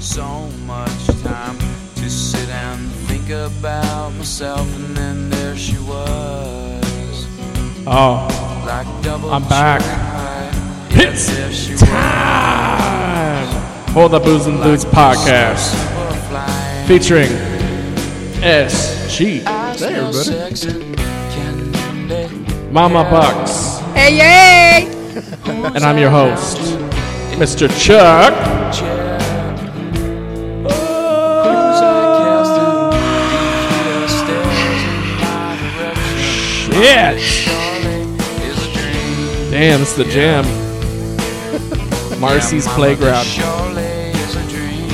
so much time to sit and think about myself, and then there she was, Oh, like double. I'm back. tried. Yes, there she time for the Booze and Blues was, podcast superfly. featuring SG, I smell everybody. sex and candy. Mama Bucks, Hey, yay! and I'm your host, Mr. Chuck. Chair. Clues I cast and leave the stairs in my direction. Shit! Darling, is a dream. Damn, it's the jam. Marcy's Mama, Playground, this surely is a dream.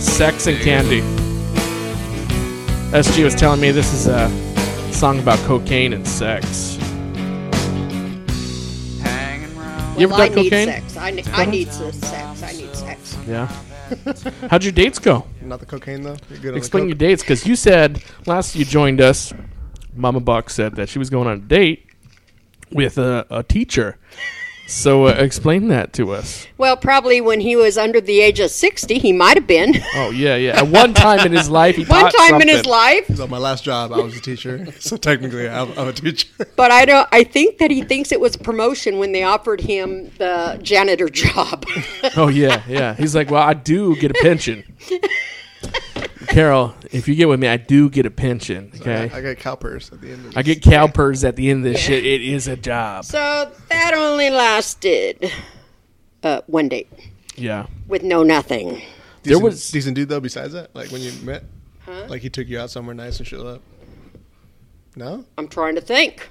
Sex and Candy. SG was telling me this is a song about cocaine and sex. Hanging round. You ever Well, I done need cocaine? sex. I, ne- I need some sex. I need sex. Yeah. How'd your dates go? Not the cocaine though. You're good on the Explain your coke? dates, because you said last you joined us, Mama Buck said that she was going on a date with a, a teacher. So uh, explain that to us. Well, probably when he was under the age of 60, he might have been. Oh yeah, yeah. At one time in his life, he One taught time in his something. life. So my last job, I was a teacher. so technically, I'm, I'm a teacher. But I don't. I think that he thinks it was promotion when they offered him the janitor job. Oh yeah, yeah. He's like, well, I do get a pension. Carol, if you get with me, I do get a pension. Okay, I got cowpers at the end. Of I get cowpers at the end of this shit. It is a job. so that only lasted uh, one date Yeah. with no nothing. Decent, There was- decent dude though. Besides that, like when you met, like he took you out somewhere nice and showed up. No, I'm trying to think.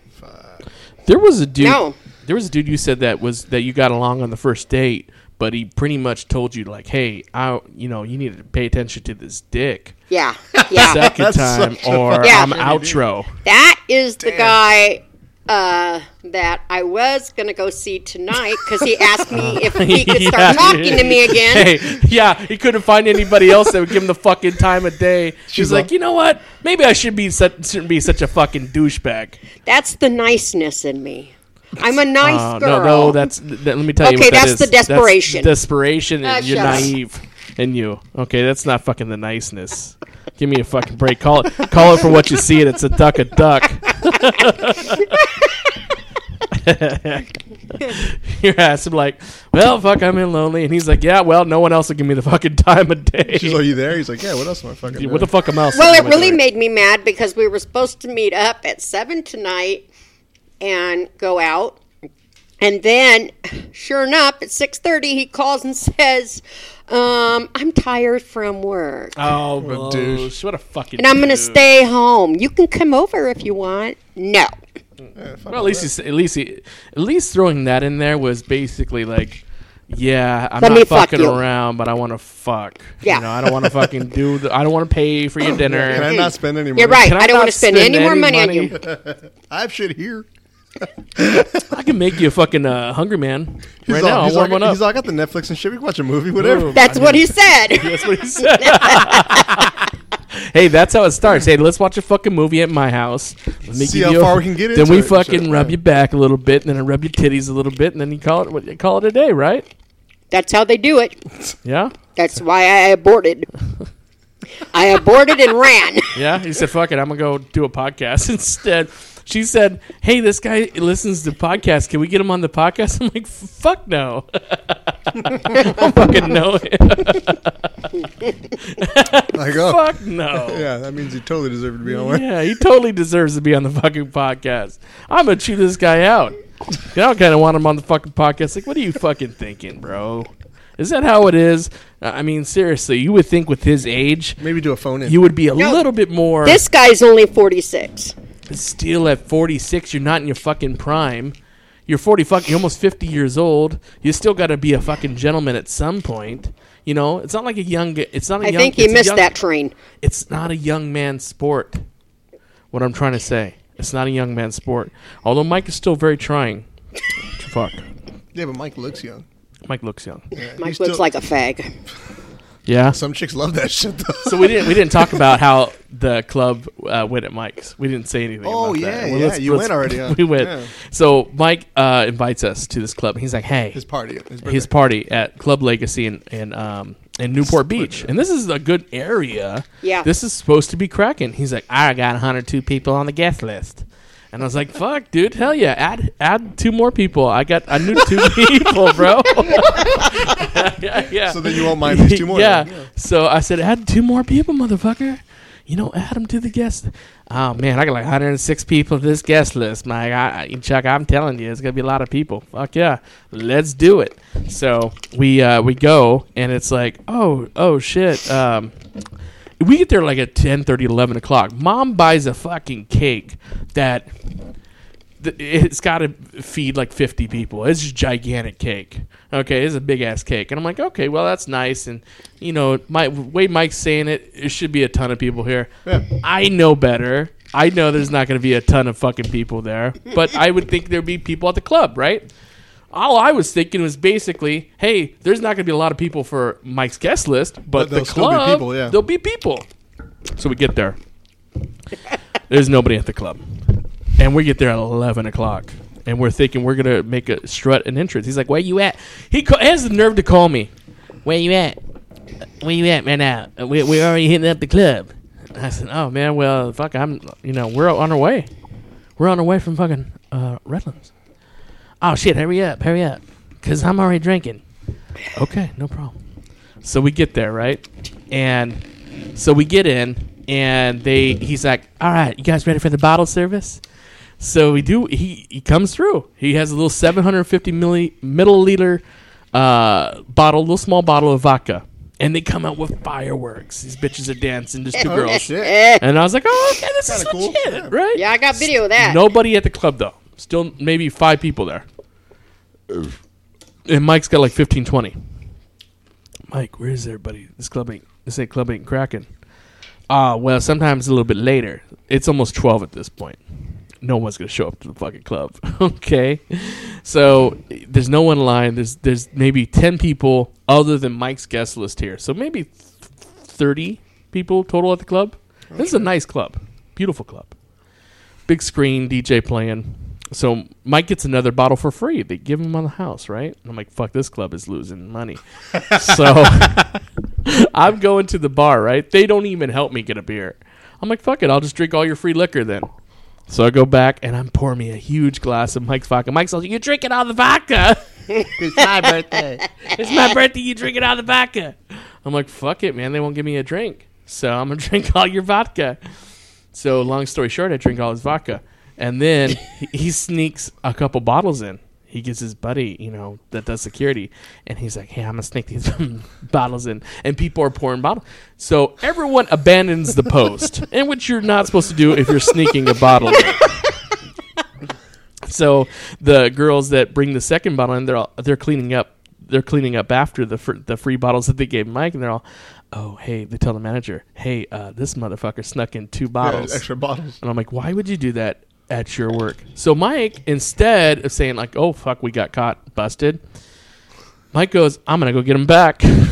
There was a dude. No. There was a dude you said that was that you got along on the first date, but he pretty much told you like, "Hey, I, you know, you need to pay attention to this dick." Yeah, yeah. Second time, or Yeah. I'm outro. that is the guy. Uh, that I was gonna go see tonight because he asked me if he could Yeah. start talking to me again. Hey, yeah, he couldn't find anybody else that would give him the fucking time of day. She's She's like, all- you know what? Maybe I should be such, shouldn't be such a fucking douchebag. That's the niceness in me. I'm a nice Uh, girl. No, no, that's th- that, let me tell you. Okay, what that that's the is. That's desperation. desperation, and Ah, you're shut up. naive, and you. Okay, that's not fucking the niceness. Give me a fucking break. Call it, call it for what you see it. It's a duck, a duck. Your ass. I'm like, well, fuck, I'm in lonely, and he's like, yeah, well, no one else will give me the fucking time of day. she's like, you there? He's like, yeah. What else am I fucking? What the doing?" fuck am I? else well, am it I really doing? made me mad because we were supposed to meet up at seven tonight and go out, and then, sure enough, at six thirty, he calls and says, um, "I'm tired from work, Oh, What a douche. douche! What a fucking. and I'm going to douche. stay home. You can come over if you want." No. Yeah, fuck Well, at least that. he's, at least he, at least throwing that in there was basically like, yeah, I'm Let me not fuck fucking you. around, but I want to fuck. Yeah. you know, I don't want to fucking do. The, I don't want to pay for your dinner. Can I not spend any money? You're right. Can I, don't not want to spend any more money, on you. I have shit here. I can make you a fucking uh, hungry man He's right all, now. I'll he's warm all, one up. He's all got the Netflix and shit. We can watch a movie, whatever. That's what he said. that's what he said. hey, that's how it starts. Hey, let's watch a fucking movie at my house. Let me See give how you a- far we can get Then into we it. fucking Sure. rub your back a little bit, and then I rub your titties a little bit, and then you call it what you call it a day, right? That's how they do it. Yeah. That's why I aborted. I aborted and ran. Yeah, he said, "Fuck it, I'm gonna go do a podcast instead." She said, "Hey, this guy listens to podcasts. Can we get him on the podcast?" I'm like, "Fuck no, I don't fucking know him. Like, oh, Fuck no." yeah. That means you totally deserve to be on one. Yeah, he totally deserves to be on the fucking podcast. I'm gonna chew this guy out. You know, I kind of want him on the fucking podcast. Like, what are you fucking thinking, bro? Is that how it is? Uh, I mean, seriously, you would think with his age, Maybe do a phone in. you would be a No. little bit more. This guy's only 46. still at 46 you're not in your fucking prime you're 40 fuck you're almost 50 years old you still got to be a fucking gentleman at some point you know it's not like a young it's not a I young think he it's a missed young- that train. it's not a young man sport what i'm trying to say it's not a young man sport although mike is still very trying fuck yeah, but Mike looks young. mike looks young Mike He's looks still- like a fag. Yeah. Some chicks love that shit though. So we didn't we didn't talk about how the club uh, went at Mike's. We didn't say anything. Oh, about yeah, that. yeah, you went already, huh? We went. Yeah. So Mike uh, invites us to this club. He's like, "Hey, His party. His, birthday. his party at Club Legacy in in, um, in Newport Beach, and this is a good area. Yeah. this is supposed to be cracking. He's like, I got 102 people on the guest list, and I was like, fuck, dude, hell yeah, add add two more people. I got I knew two people, bro. yeah, yeah. So then you won't mind these two more. yeah. then. So I said, add two more people, motherfucker. You know, add them to the guest. Oh man, I got like 106 people to this guest list, Mike. I, I- Chuck, I'm telling you, it's gonna be a lot of people. Fuck yeah, let's do it. So we uh, we go, and it's like, oh oh shit. Um, we get there like at 10, 11 o'clock. Mom buys a fucking cake that th- it's got to feed like 50 people. It's just gigantic cake. Okay, it's a big ass cake. And I'm like, okay, well, that's nice. And, you know, my way Mike's saying it, it should be a ton of people here. Yeah. I know better. I know there's not going to be a ton of fucking people there, but I would think there'd be people at the club, right? All I was thinking was basically, hey, there's not going to be a lot of people for Mike's guest list, but, But the there'll still club, be people, yeah. there'll be people. So we get there. There's nobody at the club. And we get there at 11 o'clock. And we're thinking we're going to make a strut an entrance. He's like, where you at? He ca- has the nerve to call me. Where you at? Where you at man? now? We, we're already hitting up the club. I said, oh, man, well, fuck, I'm, you know, we're on our way. We're on our way from fucking uh, Redlands. Oh, shit, hurry up, hurry up. Because I'm already drinking. Okay, no problem. So we get there, right? And so we get in, and they he's like, "All right, you guys ready for the bottle service?" So we do. He he comes through. He has a little 750 milli, milliliter uh, bottle, little small bottle of vodka, and they come out with fireworks. These bitches are dancing, just two Oh girls. shit. Eh, And I was like, "Oh, okay, this is Kinda cool, legit, yeah. right?" yeah, I got video of that. Nobody at the club though. Still maybe five people there. And Mike's got like 15, 20. Mike, where is everybody? This club ain't this ain't club ain't cracking. Ah, well, sometimes a little bit later. It's almost twelve at this point. No one's gonna show up to the fucking club. okay. So there's no one in line. There's there's maybe ten people other than Mike's guest list here. So maybe th- thirty people total at the club. This is a nice club. Beautiful club big screen DJ playing. So Mike gets another bottle for free. They give him on the house, right? And I'm like, fuck, this club is losing money. so I'm going to the bar, right? They don't even help me get a beer. I'm like, fuck it, I'll just drink all your free liquor then. So I go back and I'm pouring me a huge glass of Mike's vodka. Mike's like, you drinking all the vodka? it's my birthday. You drink it out of the vodka. I'm like, fuck it, man. They won't give me a drink. So I'm going to drink all your vodka. So long story short, I drink all his vodka. And then he- he sneaks a couple bottles in. He gets his buddy, you know, that does security. And he's like, hey, I'm going to sneak these bottles in. And people are pouring bottles. So everyone abandons the post, and which you're not supposed to do if you're sneaking a bottle in. So the girls that bring the second bottle in, they're all, they're cleaning up. They're cleaning up after the fr- the free bottles that they gave Mike, and they're all, oh hey, they tell the manager, hey, uh, this motherfucker snuck in two bottles. Yeah, extra bottles. And I'm like, why would you do that at your work? So Mike, instead of saying like, oh fuck, we got caught, busted, Mike goes, I'm gonna go get him back. and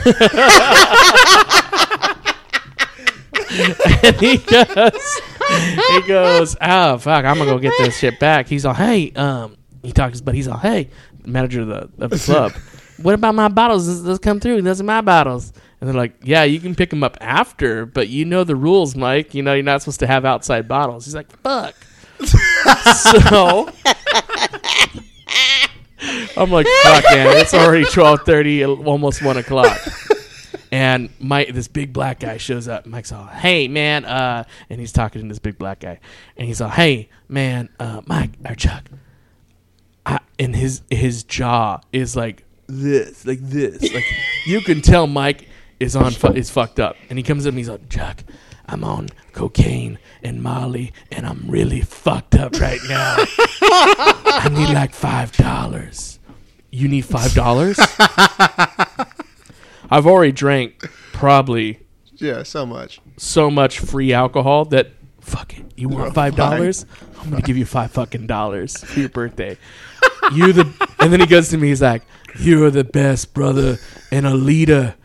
he goes, he goes, oh fuck, I'm gonna go get this shit back. He's all, hey, um, he talks to his buddy. He's all, hey, manager of the of the club. what about my bottles? Those, those come through. Those are my bottles. And they're like, yeah, you can pick them up after, but you know the rules, Mike. You know you're not supposed to have outside bottles. He's like, fuck. so I'm like, fuck, man, it's already twelve thirty, almost one o'clock. And Mike, this big black guy shows up. Mike's all, "Hey, man," uh, and he's talking to this big black guy, and he's all, "Hey, man, uh, Mike or Chuck," I, and his his jaw is like this, like this, like you can tell Mike is on fu- is fucked up, and he comes up and he's like, "Chuck, I'm on cocaine and Molly, and I'm really fucked up right now. I need like five dollars. You need five dollars." I've already drank probably Yeah, so much. so much free alcohol that fuck it. You want five dollars? I'm gonna give you five fucking dollars for your birthday. You the and then he goes to me. He's like, "You're the best brother and a leader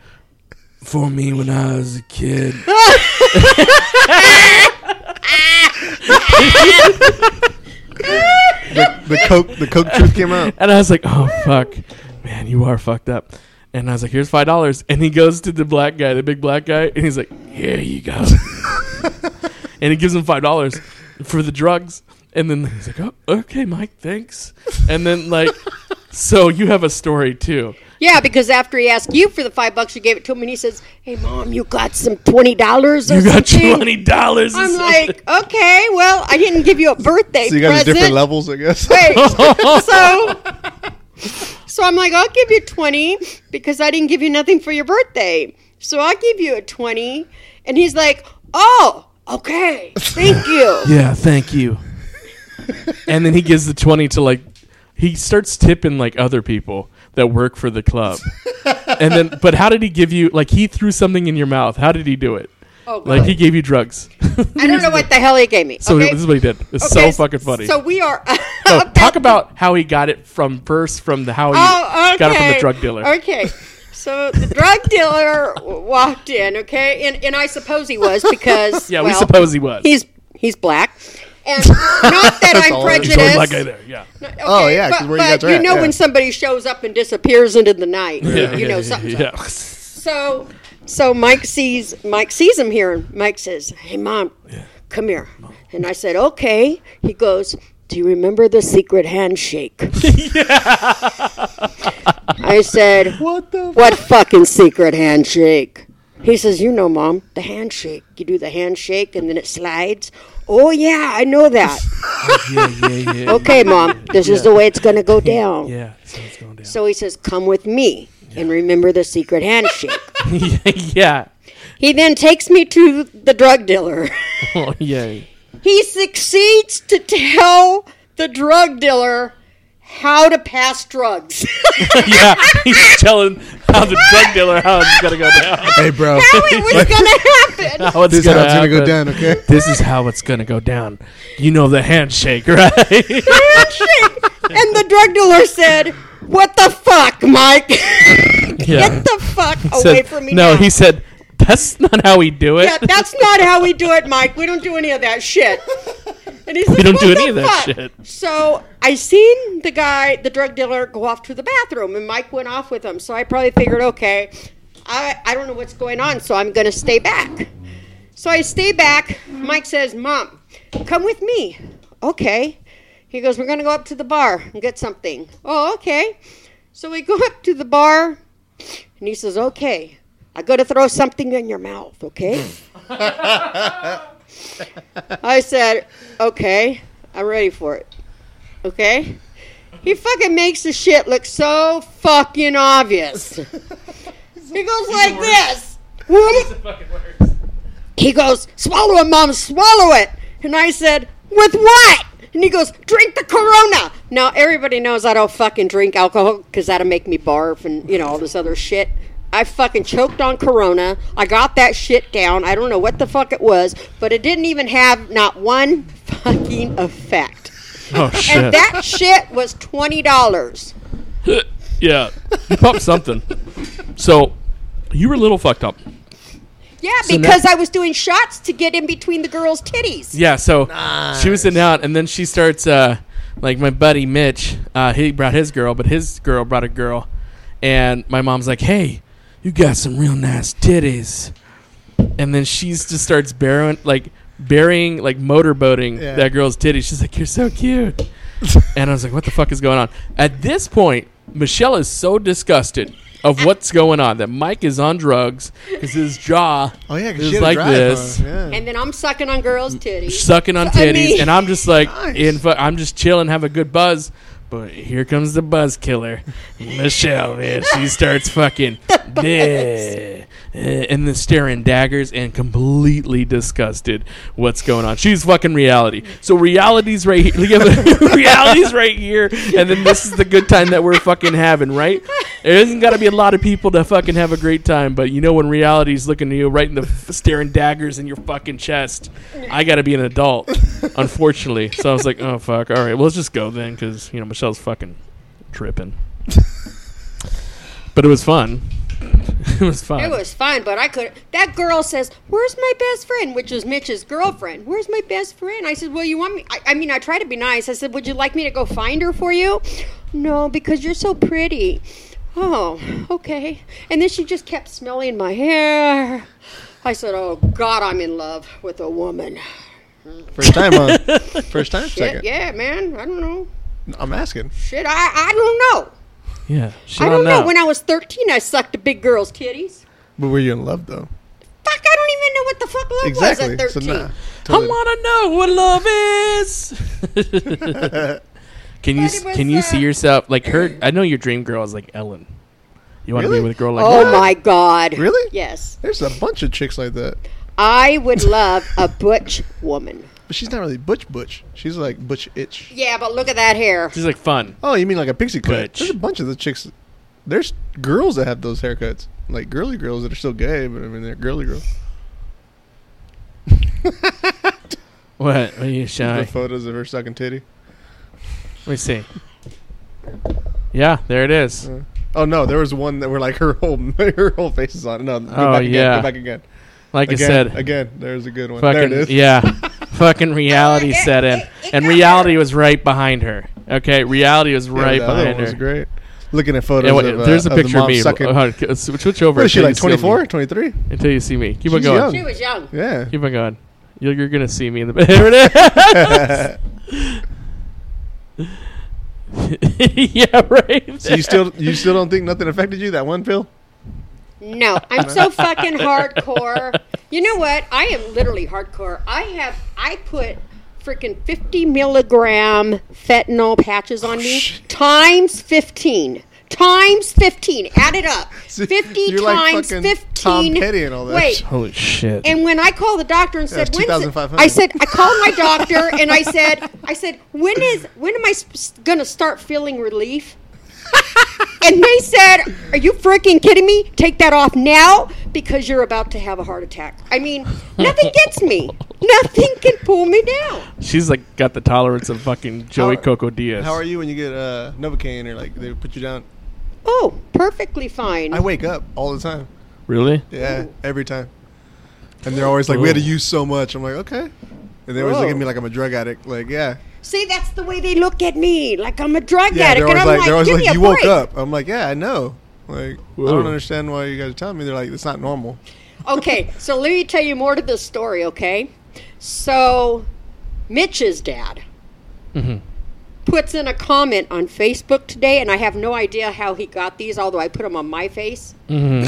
for me when I was a kid. The, the Coke, the Coke truth came out. And I was like, oh, fuck. Man, you are fucked up. And I was like, here's $5. And he goes to the black guy, the big black guy, and he's like, here you go. and he gives him $5 for the drugs. And then he's like, oh, okay, Mike, thanks. And then, like, so you have a story too. Yeah, because after he asked you for the five bucks, you gave it to him, and he says, "Hey, mom, you got some twenty dollars or You got something?" $20. I'm like, "Okay, well, I didn't give you a birthday So you guys are present." different levels, I guess. Wait, so, so I'm like, "I'll give you twenty because I didn't give you nothing for your birthday, so I'll give you a 20 And he's like, "Oh, okay, thank you." Yeah, thank you. and then he gives the 20 to like he starts tipping like other people that work for the club. and then but how did he give you like he threw something in your mouth. How did he do it? Oh, God. Like he gave you drugs. I don't know what the hell he gave me. so okay? this is what he did. It's Okay, so fucking funny. So we are. No, talk about how he got it from first from the how he Oh, okay. got it from the drug dealer. Okay. So the drug dealer w- walked in, okay, and and I suppose he was because Yeah, we well, suppose he was. he's he's black, and not that I'm all it is. He's the only black guy prejudiced. there. Yeah. Okay, Oh, yeah, 'cause but, where you but guys are at, know yeah. when somebody shows up and disappears into the night, Yeah, you know yeah, something's up. yeah. So so Mike sees Mike sees him here, and Mike says, "Hey, mom, come here," and I said, "Okay." He goes. Do you remember the secret handshake? I said, What the? what fucking secret handshake? He says, You know, Mom, the handshake. You do the handshake and then it slides. Oh, yeah, I know that. yeah, yeah, yeah. Okay, Mom, this is the way it's going to go down. Yeah, so it's going down. So he says, Come with me and remember the secret handshake. yeah. he then takes me to the drug dealer. Oh, yeah. he succeeds to tell the drug dealer how to pass drugs. yeah, he's telling how the drug dealer how it's gonna go down. Hey, bro. how it was going to happen. How it's This is gonna, how it's gonna go happen. down. Okay. This is how it's gonna go down. You know the handshake, right? handshake. And the drug dealer said, "What the fuck, Mike? yeah. Get the fuck Said- away from me!" no, now. he said that's not how we do it. Yeah, that's not how we do it, Mike. We don't do any of that shit. And he said, don't do "What any the of that fuck?" shit. So I seen the guy, the drug dealer, go off to the bathroom, and Mike went off with him. So I probably figured, okay, I I don't know what's going on, so I'm gonna stay back. So I stay back. Mike says, Mom, come with me. Okay. He goes, We're going to go up to the bar and get something. Oh, okay. So we go up to the bar, and he says, Okay, I got to throw something in your mouth, okay? I said, Okay, I'm ready for it. Okay? He fucking makes the shit look so fucking obvious. He goes like this. Whoop. He goes, swallow it, mom, swallow it. And I said, with what? And he goes, drink the Corona. Now, everybody knows I don't fucking drink alcohol because that'll make me barf and, you know, all this other shit. I fucking choked on Corona. I got that shit down. I don't know what the fuck it was, but it didn't even have not one fucking effect. Oh shit. And that shit was $20. yeah, you popped something. So you were a little fucked up. Yeah, So now- because I was doing shots to get in between the girls' titties. Yeah, so she was sitting out, and then she starts uh, like my buddy Mitch. Uh, he brought his girl, but his girl brought a girl, and my mom's like, "Hey, you got some real nice titties," and then she's just starts burying like burying like motorboating Yeah. that girl's titties. She's like, "You're so cute," and I was like, "What the fuck is going on?" At this point, Michelle is so disgusted. Of what's going on? That Mike is on drugs because his jaw Oh yeah, 'cause is she had like a drive this On. Yeah. And then I'm sucking on Mm, girls' titties. sucking on So, I titties, mean- and I'm just like, Nice. in fu- I'm just chilling, have a good buzz. But here comes the buzz killer, Michelle. Man, she starts fucking, yeah, eh, and then staring daggers and completely disgusted. What's going on? She's fucking reality. So reality's right here. Yeah, but reality's right here, and then this is the good time that we're fucking having, right? There isn't got to be a lot of people to fucking have a great time, but you know when reality's looking at you right in the f- staring daggers in your fucking chest, I got to be an adult, unfortunately. So I was like, oh fuck, all right, well let's just go then, because you know Michelle's fucking tripping. But it was fun. it was fun. It was fun, but I could. That girl says, "Where's my best friend?" Which is Mitch's girlfriend. Where's my best friend? I said, "Well, you want me?" I, I mean, I tried to be nice. I said, "Would you like me to go find her for you?" No, because you're so pretty. Oh, okay. And then she just kept smelling my hair. I said, "Oh God, I'm in love with a woman." First time, huh? First time, Shit, second. yeah, man. I don't know. I'm asking. Shit, I I don't know. Yeah, she I don't know. know. When I was 13, I sucked a big girl's titties. But were you in love though? Fuck, I don't even know what the fuck love Exactly. was at 13. nah, I totally. want to know what love is. can you But it was, can you uh, see yourself like her? I know your dream girl is like Ellen. You want to Really? be with a girl like Oh that? my god. Really? Yes. There's a bunch of chicks like that. I would love a butch woman. But she's not really butch butch. She's like butch itch. Yeah, but look at that hair. She's like fun. Oh, you mean like a pixie cut? Butch. There's a bunch of the chicks. There's girls that have those haircuts, like girly girls that are still gay, but I mean they're girly girls. What? What are you The shy? photos of her sucking titty. Let me see. Yeah, there it is. Oh no, there was one that were like her whole her whole face is on. it. No, go Oh, back again. yeah. Go back again. Like Again, I said, again. There's a good one. fucking there it is. yeah, fucking reality It- set in, it- it and got reality her. was right behind her. Okay, reality was Yeah, right the other behind one was her. great. Looking at photos. Yeah, wait, of, uh, there's a of picture the of mom me. Sucking. Hold on, s- switch over. what is she until you like? see me. 24, 23? Until you see me, keep on She's going. young. She was young. Yeah. Keep on going. Oh You're, you're gonna see me in the there it is. yeah, right. So you still you still don't think nothing affected you that one pill? No, I'm so fucking hardcore. You know what? I am literally hardcore. I have I put freaking 50 milligram fentanyl patches Oh, on me times 15. Times 15. Add it up. See, 50 you're like times fucking 15. Tom Petty and all that. Wait, Holy shit! And when I called the doctor and said, it's "When is it?" 2,500. I said, I called my doctor and I said, I said, when is when am I s- gonna start feeling relief? and they said, "Are you freaking kidding me? Take that off now because you're about to have a heart attack." I mean, nothing gets me. Nothing can pull me down. She's like got the tolerance of fucking Joey How- Coco Diaz. How are you when you get uh, Novocaine or like they put you down? Oh, perfectly fine. I wake up all the time. Really? Yeah, every time. And they're always like, "We had to use so much." I'm like, "Okay." And they always look at Whoa. me like I'm a drug addict. Like, yeah, See, that's the way they look at me, like I'm a drug yeah. They're addict, and always I'm like, like, "They're always "Give like, me a you break." woke up." I'm like, "Yeah, I know." Like, I Whoa. don't understand why you guys are telling me. They're like, "It's not normal." okay, so let me tell you more to this story, okay? So, Mitch's dad puts in a comment on Facebook today, and I have no idea how he got these, although I put them on my face. on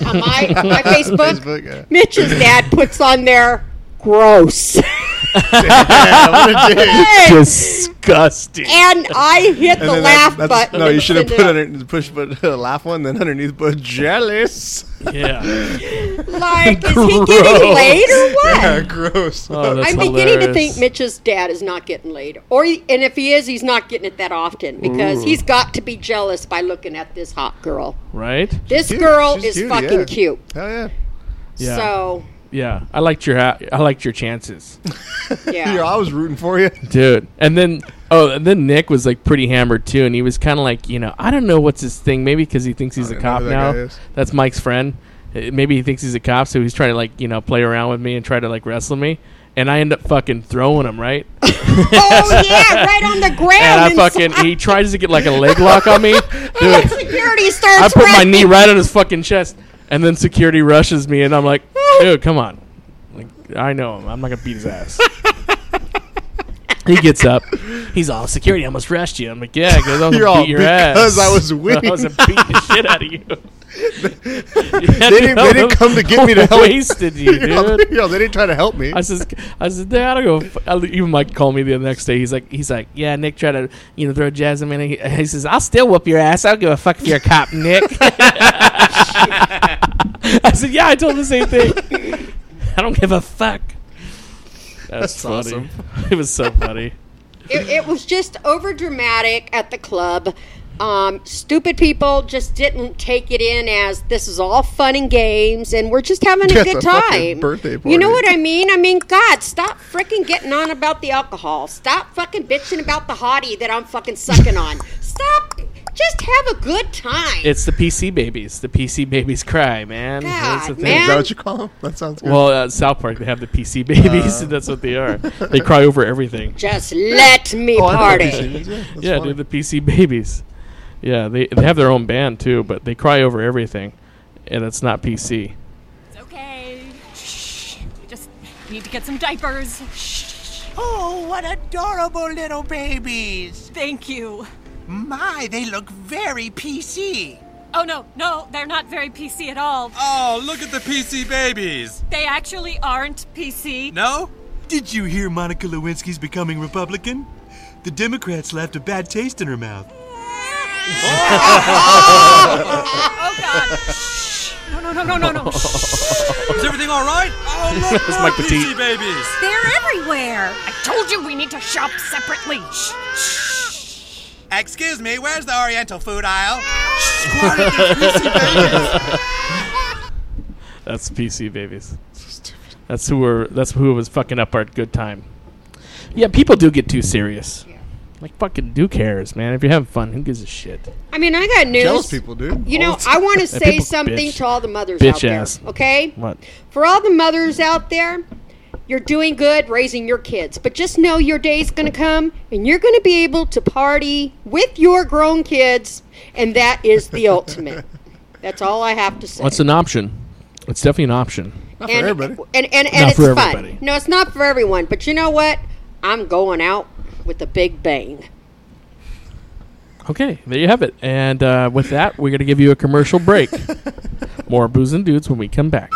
my, my Facebook. Facebook, yeah. Mitch's dad puts on there, gross. Disgusting. and I hit the then laugh that's- button. No, and you should have send it put up. under push but a laugh one, then underneath put jealous. yeah. Like, is he getting laid or what? yeah, gross. Oh, that's I'm beginning to hilarious. think Mitch's dad is not getting laid, or he- and if he is, he's not getting it that often Mm. because he's got to be jealous by looking at this hot girl. Right? This Cute. girl She's is cute, fucking yeah. cute. Hell yeah. Yeah. So Yeah. I liked your ha- I liked your chances. yeah, Oh, Yo, I was rooting for you. dude. And then oh, and then Nick was like pretty hammered too, and he was kind of like, you know, I don't know what's his thing. Maybe because he thinks he's a don't know cop who that guy now. is. That's Mike's friend. Uh, Maybe he thinks he's a cop, so he's trying to like you know play around with me and try to like wrestle me. And I end up fucking throwing him right, and oh yeah, right on the ground. I and fucking so- he tries to get like a leg lock on me, dude. security I starts. put my knee wrestling. right on his fucking chest, and then security rushes me, and I'm like, dude, come on. Like, I know him. I'm not gonna beat his ass. he gets up. He's all security. almost rushed you. I'm like, yeah, because I was You're gonna all, beat your ass. "Because I was winning." I was gonna beat the shit out of you. They didn't, they didn't come to get me to help. Wasted you, Yo, dude. yo, they didn't try to help me. I says, I said, Dad, I go. f- I'll-" Even Mike called me the next day. He's like, he's like, yeah, Nick tried to, you know, throw Jasmine. in." He, he says, I'll still whoop your ass. I don't give a fuck if you're a cop, Nick. I said, yeah, I told him the same thing. I don't give a fuck. That was That's funny. awesome. It was so funny. It, it was just over dramatic at the club. Um, stupid people just didn't take it in as this is all fun and games, and we're just having a That's good a time. fucking birthday You know party. what I mean? I mean, God, stop freaking getting on about the alcohol. Stop fucking bitching about the hottie that I'm fucking sucking on. Stop. Just have a good time. It's the PC babies. The PC babies cry, man. That's the God, thing. man. Is that what you call them? That sounds good. Well, at South Park, they have the PC babies. That's what they are. They cry over everything. Just let me Oh, I know what party. PC is, yeah, that's yeah, funny. they're the PC babies. Yeah, they they have their own band too, but they cry over everything, and it's not PC. It's okay. Shh. We just need to get some diapers. Shh. Oh, what adorable little babies! Thank you. My, they look very PC. Oh no, no, they're not very PC at all. Oh, look at the PC babies. They actually aren't PC. No? Did you hear Monica Lewinsky's becoming Republican? The Democrats left a bad taste in her mouth. Oh god. Shh. No, no, no, no, no, no. Shh. Is everything all right? Oh, look, That's more Mike Petite. PC babies. They're everywhere. I told you we need to shop separately. Shh. Shh. Excuse me, where's the Oriental food aisle? That's PC babies. That's who were. That's who was fucking up our good time. Yeah, people do get too serious. Like fucking, who cares, man? If you're having fun, who gives a shit? I mean, I got news. Jealous people, dude. You know, All the I want to say people- something bitch. to all the mothers Bitch out there. ass. Okay? What? For all the mothers out there, you're doing good raising your kids, but just know your day's going to come and you're going to be able to party with your grown kids, and that is the ultimate. That's all I have to say. What's an option? It's definitely an option. Not for and, everybody. And, and, and, Not it's for everybody. fun. No, it's not for everyone, but you know what? I'm going out with a big bang. Okay, there you have it. And uh, with that, we're gonna give you a commercial break. More booze and dudes when we come back.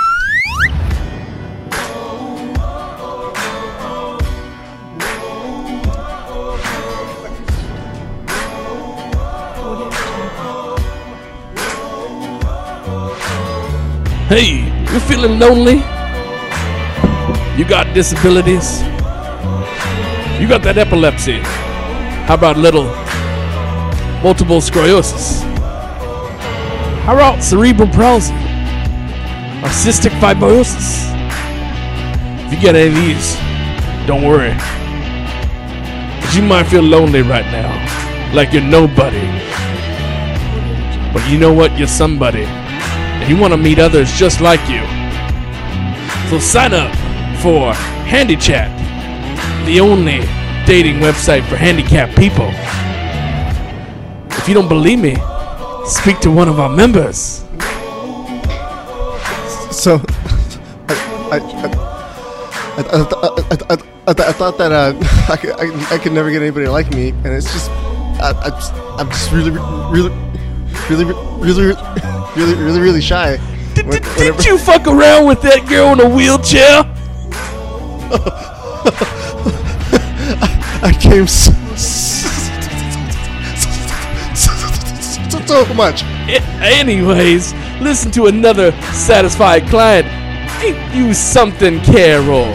Hey, you feeling lonely? You got disabilities? You got that epilepsy? How about little multiple sclerosis? How about cerebral palsy? Or cystic fibrosis? If you get any of these, don't worry. 'Cause you might feel lonely right now, like you're nobody. But you know what? You're somebody. And you want to meet others just like you. So sign up for Handichat, the only dating website for handicapped people. If you don't believe me, speak to one of our members. So, I, I, I, I, I, I, I, I, I thought that uh, I, could, I, I could never get anybody like me, and it's just, I, I just, I'm just really, really, really, really, really, really, really, really shy. Did, did, When- did whenever- you fuck around with that girl in a wheelchair? I came so, so, so much. A- Anyways, listen to another satisfied client. Ain't you something, Carol?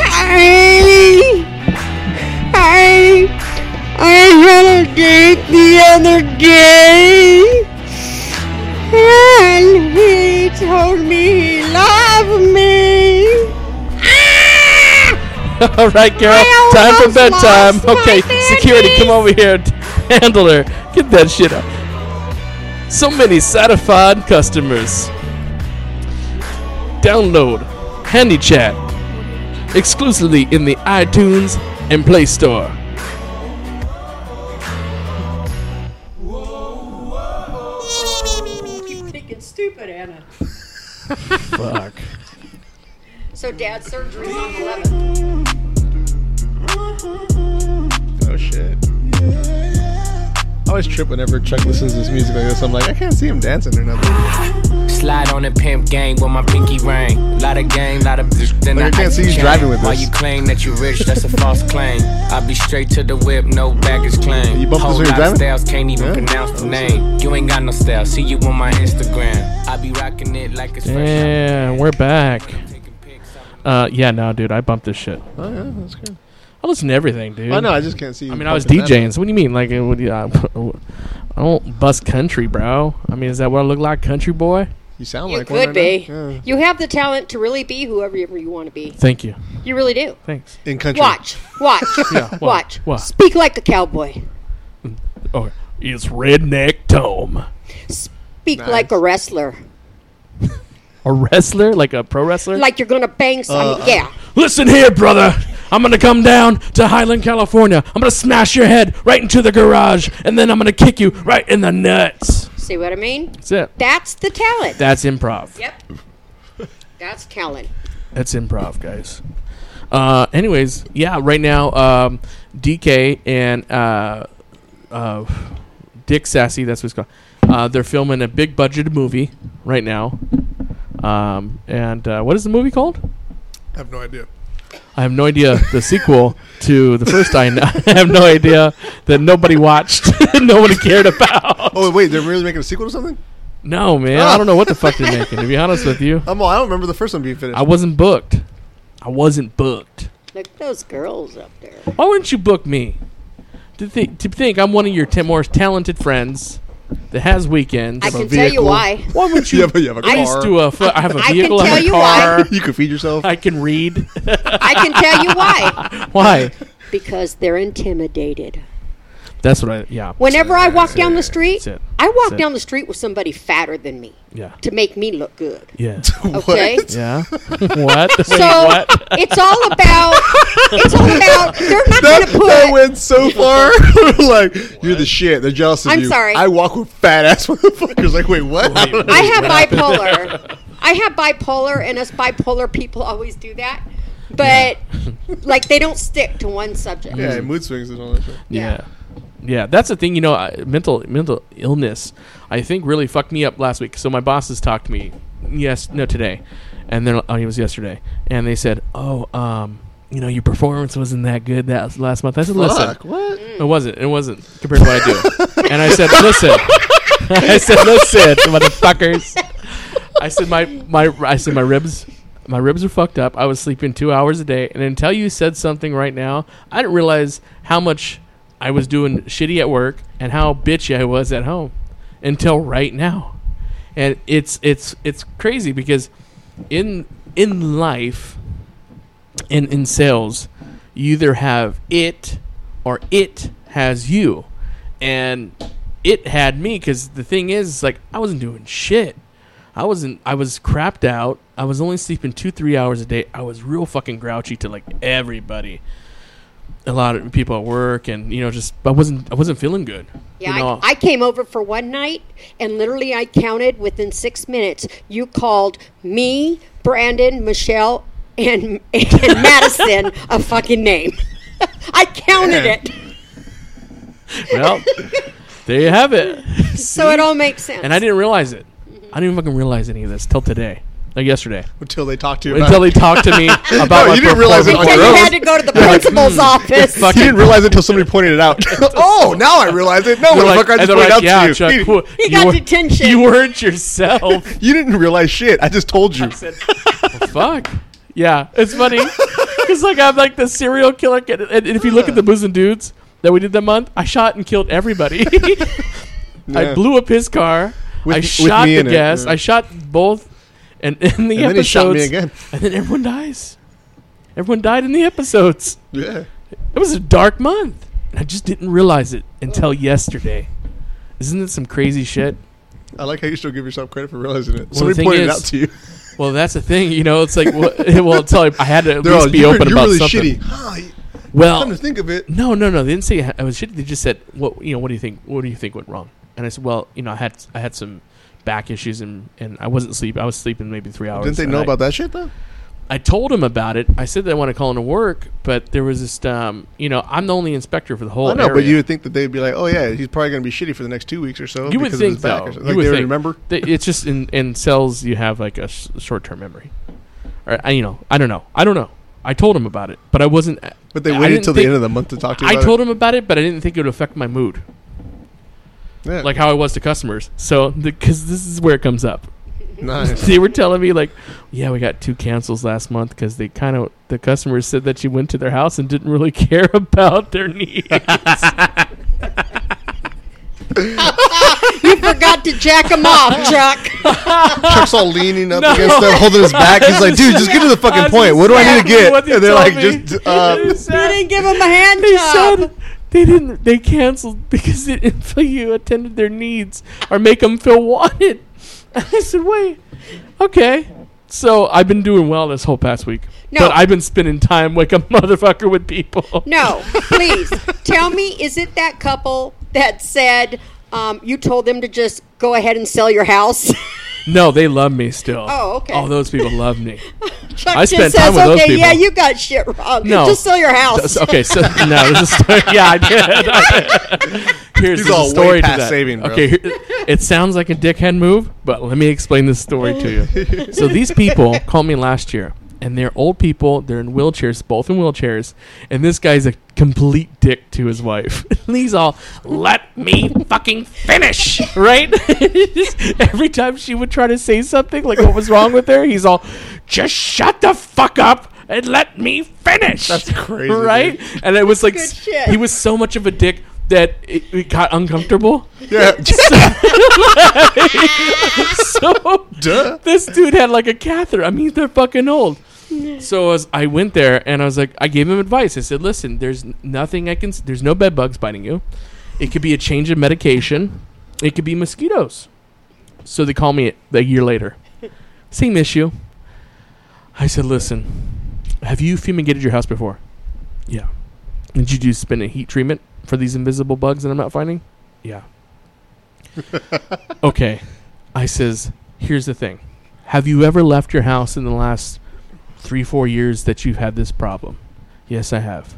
I, I, I had a date the other day, and he told me he loved me. Ah! All right, Carol. I Time for almost bedtime. lost my Okay, security, come panties. over here. Handle her. Get that shit up. So many satisfied customers. Download HandyChat exclusively in the iTunes and Play Store. Thinking stupid, Anna. Fuck. So dad's surgery's on the 11th. Oh shit. I always trip whenever Chuck listens to this music like this. I'm like, I can't see him dancing or nothing. Slide on the pimp gang with my pinky ring. Lot of gang, lot of bitch. Then Like, I can't see you chain. driving with Why this. you claim that you rich? That's a false claim. I be straight to the whip, no baggage claim. You bump Whole this when you're lot of driving? styles, can't even Yeah. pronounce the name. You ain't got no style. See you on my Instagram. I be rocking it like it's fresh. Yeah, we're back. Taking pics, I'm Uh, yeah, no, dude, I bumped this shit. Oh yeah, that's good. I listen to everything, dude. I know. I just can't see. I mean, I was bumping that. DJing. So what do you mean? Like, uh, what do you, I, I don't bust country, bro. I mean, is that what I look like, country boy? You sound You like one could be. right now. Yeah. You have the talent to really be whoever you want to be. Thank you. You really do. Thanks. in country. Watch, watch, Yeah, what? watch. What? Speak like a cowboy. Okay. It's Redneck Tom. Speak like a wrestler. A wrestler, like a pro wrestler. Like you're gonna bang some. Uh, yeah. Listen here, brother. I'm gonna come down to Highland, California. I'm gonna smash your head right into the garage, and then I'm gonna kick you right in the nuts. See what I mean? That's it. That's the talent. That's improv. Yep. That's talent. That's improv, guys. Uh, anyways, yeah, right now, um, DK and uh, uh, Dick Sassy, that's what it's called. Uh, they're filming a big budget movie right now. Um, and uh, what is the movie called? I have no idea. I have no idea the sequel to the first I, kn- I have no idea that nobody watched, nobody cared about. Oh wait, they're really making a sequel to something? No, man, I don't know what the fuck they're making. To be honest with you, I'm, I don't remember the first one being finished. I wasn't booked. I wasn't booked. Look at those girls up there. Why wouldn't you book me? To, thi- to think I'm one of your ten most talented friends that has weekends. I can tell you why. Why would you? have a, you have a I car. just do a fu- I have a I can vehicle. I, tell have a you car. you could feed yourself. I can read. I can tell you why. Why? Because they're intimidated. That's what I. Yeah. Whenever I walk down the street, That's it. I That's it. walk down the street with somebody fatter than me Yeah. to make me look good. Yeah. Okay. Yeah. what? Wait, So what? it's all about it's all about they're not that, gonna put that went so far. like you're the shit. They're jealous of I'm you. sorry. I walk with fat ass motherfuckers. Like wait, what? I have bipolar. I have bipolar, and us bipolar people always do that. But like they don't stick to one subject. Mm. yeah, mood swings and all that shit. Yeah. Yeah, that's the thing. You know, I, mental mental illness, I think, really fucked me up last week. So my bosses talked to me, yes, no, today, and then oh, it was yesterday, and they said, oh, um, you know, your performance wasn't that good that last month. I said, listen, Fuck, what? it wasn't, it wasn't compared to what I do, and I said, listen, I said, listen, motherfuckers, I said my my I said my ribs. My ribs are fucked up. I was sleeping two hours a day, and until you said something right now, I didn't realize how much I was doing shitty at work and how bitchy I was at home until right now. And it's it's it's crazy because in in life, in in sales, you either have it or it has you, and it had me because the thing is, it's like I wasn't doing shit. I wasn't. I was crapped out. I was only sleeping two three hours a day. I was real fucking grouchy to like everybody, a lot of people at work, and you know, just I wasn't. I wasn't feeling good. Yeah, you know? I, I came over for one night, and literally I counted within six minutes. You called me, Brandon, Michelle, and and Madison a fucking name. I counted it, well, there you have it. so it all makes sense. And I didn't realize it. I didn't even fucking realize any of this till today, like yesterday, Until they talk to you. until they talked to me about No, my you didn't realize it performance. on Until your you own. had to go to the hmm, principal's office. you didn't realize it until somebody pointed it out. oh, now I realize it. No, They're like- motherfucker, I and just they're pointed like, out yeah, to you. Chuck, you. who- He you got were- detention. You weren't yourself. you didn't realize shit. I just told you. fuck. Yeah, it's funny because like I'm like the serial killer kid, and, and if you look at the booze and dudes that we did that month, I shot and killed everybody. I Yeah. blew up his car. With- I with shot me the in it, guest. yeah. I shot both, and in the episodes, And then he shot me again. and then everyone dies. Everyone died in the episodes. Yeah. It was a dark month, and I just didn't realize it until yesterday. Isn't it some crazy shit? I like how you still give yourself credit for realizing it. the Somebody thing is- pointed it out to you. Well, that's the thing, you know. It's like, well, well it's like I had to at They're least all, be you're, open you're about really something. shitty. Ah, you- Well, come to think of it, No, no, no. They didn't say I was shitty. They just said, "What you know? What do you think? What do you think went wrong?" And I said, "Well, you know, I had I had some back issues and and I wasn't sleep. I was sleeping maybe three hours. didn't they a know night. about that shit though? I told him about it. I said that I want to call into work, but there was this, um, you know, I'm the only inspector for the whole. I know, area. but you would think that they'd be like, "Oh yeah, he's probably going to be shitty for the next two weeks or so." You would because of his think back though. or You something." Like would they would think. remember. Th- It's just in in cells you have like a s- short term memory, or I, you know, I don't know. I don't know. I told him about it, but I wasn't. uh, But they I waited didn't until the think- end of the month to talk to you. I about told him about it, but I didn't think it would affect my mood. it. Yeah. like how I was to customers. So, because this is where it comes up. nice. They were telling me like, yeah, we got two cancels last month because they kind of the customers said that you went to their house and didn't really care about their needs. you forgot to jack them off, Chuck. Chuck's all leaning up No. against them, holding his back. He's like, "Dude, just get to the fucking That's point. What do I need exactly to get?" what they and they're told like, me. "Just uh, They You said- didn't give him a hand they job. said They didn't. They canceled because it didn't feel you attended their needs or make them feel wanted. I said, wait, okay. So I've been doing well this whole past week, No. but I've been spending time like a motherfucker with people. No, please tell me, is it that couple that said um, you told them to just go ahead and sell your house? No, they love me still. Oh, okay. All those people love me. Chuck I just spent says, time with those okay, yeah, people." you got shit wrong. No. Just sell your house. So- okay, so no, there's a story. Yeah, I did. I did. Here's He's the all way story to past that. saving, bro. Okay, here, it sounds like a dickhead move, but let me explain this story to you. so these people called me last year, and they're old people. They're in wheelchairs, both in wheelchairs, and this guy's a complete dick to his wife. And he's all, "Let me fucking finish," right? Every time she would try to say something, like what was wrong with her, he's all, "Just shut the fuck up." And let me finish. That's crazy, right? And it was like Good s- shit. he was so much of a dick that it, it got uncomfortable. Yeah. so Duh. this dude had like a catheter. I mean, they're fucking old. So as I went there and I was like, I gave him advice. I said, "Listen, there's n- nothing I can. s- There's no bed bugs biting you. It could be a change of medication. It could be mosquitoes." So they call me a year later. Same issue. I said, "Listen, have you fumigated your house before?" Yeah. Did you do spin a heat treatment for these invisible bugs that I'm not finding? Yeah. okay. I says, here's the thing. Have you ever left your house in the last three, four years that you've had this problem? Yes, I have.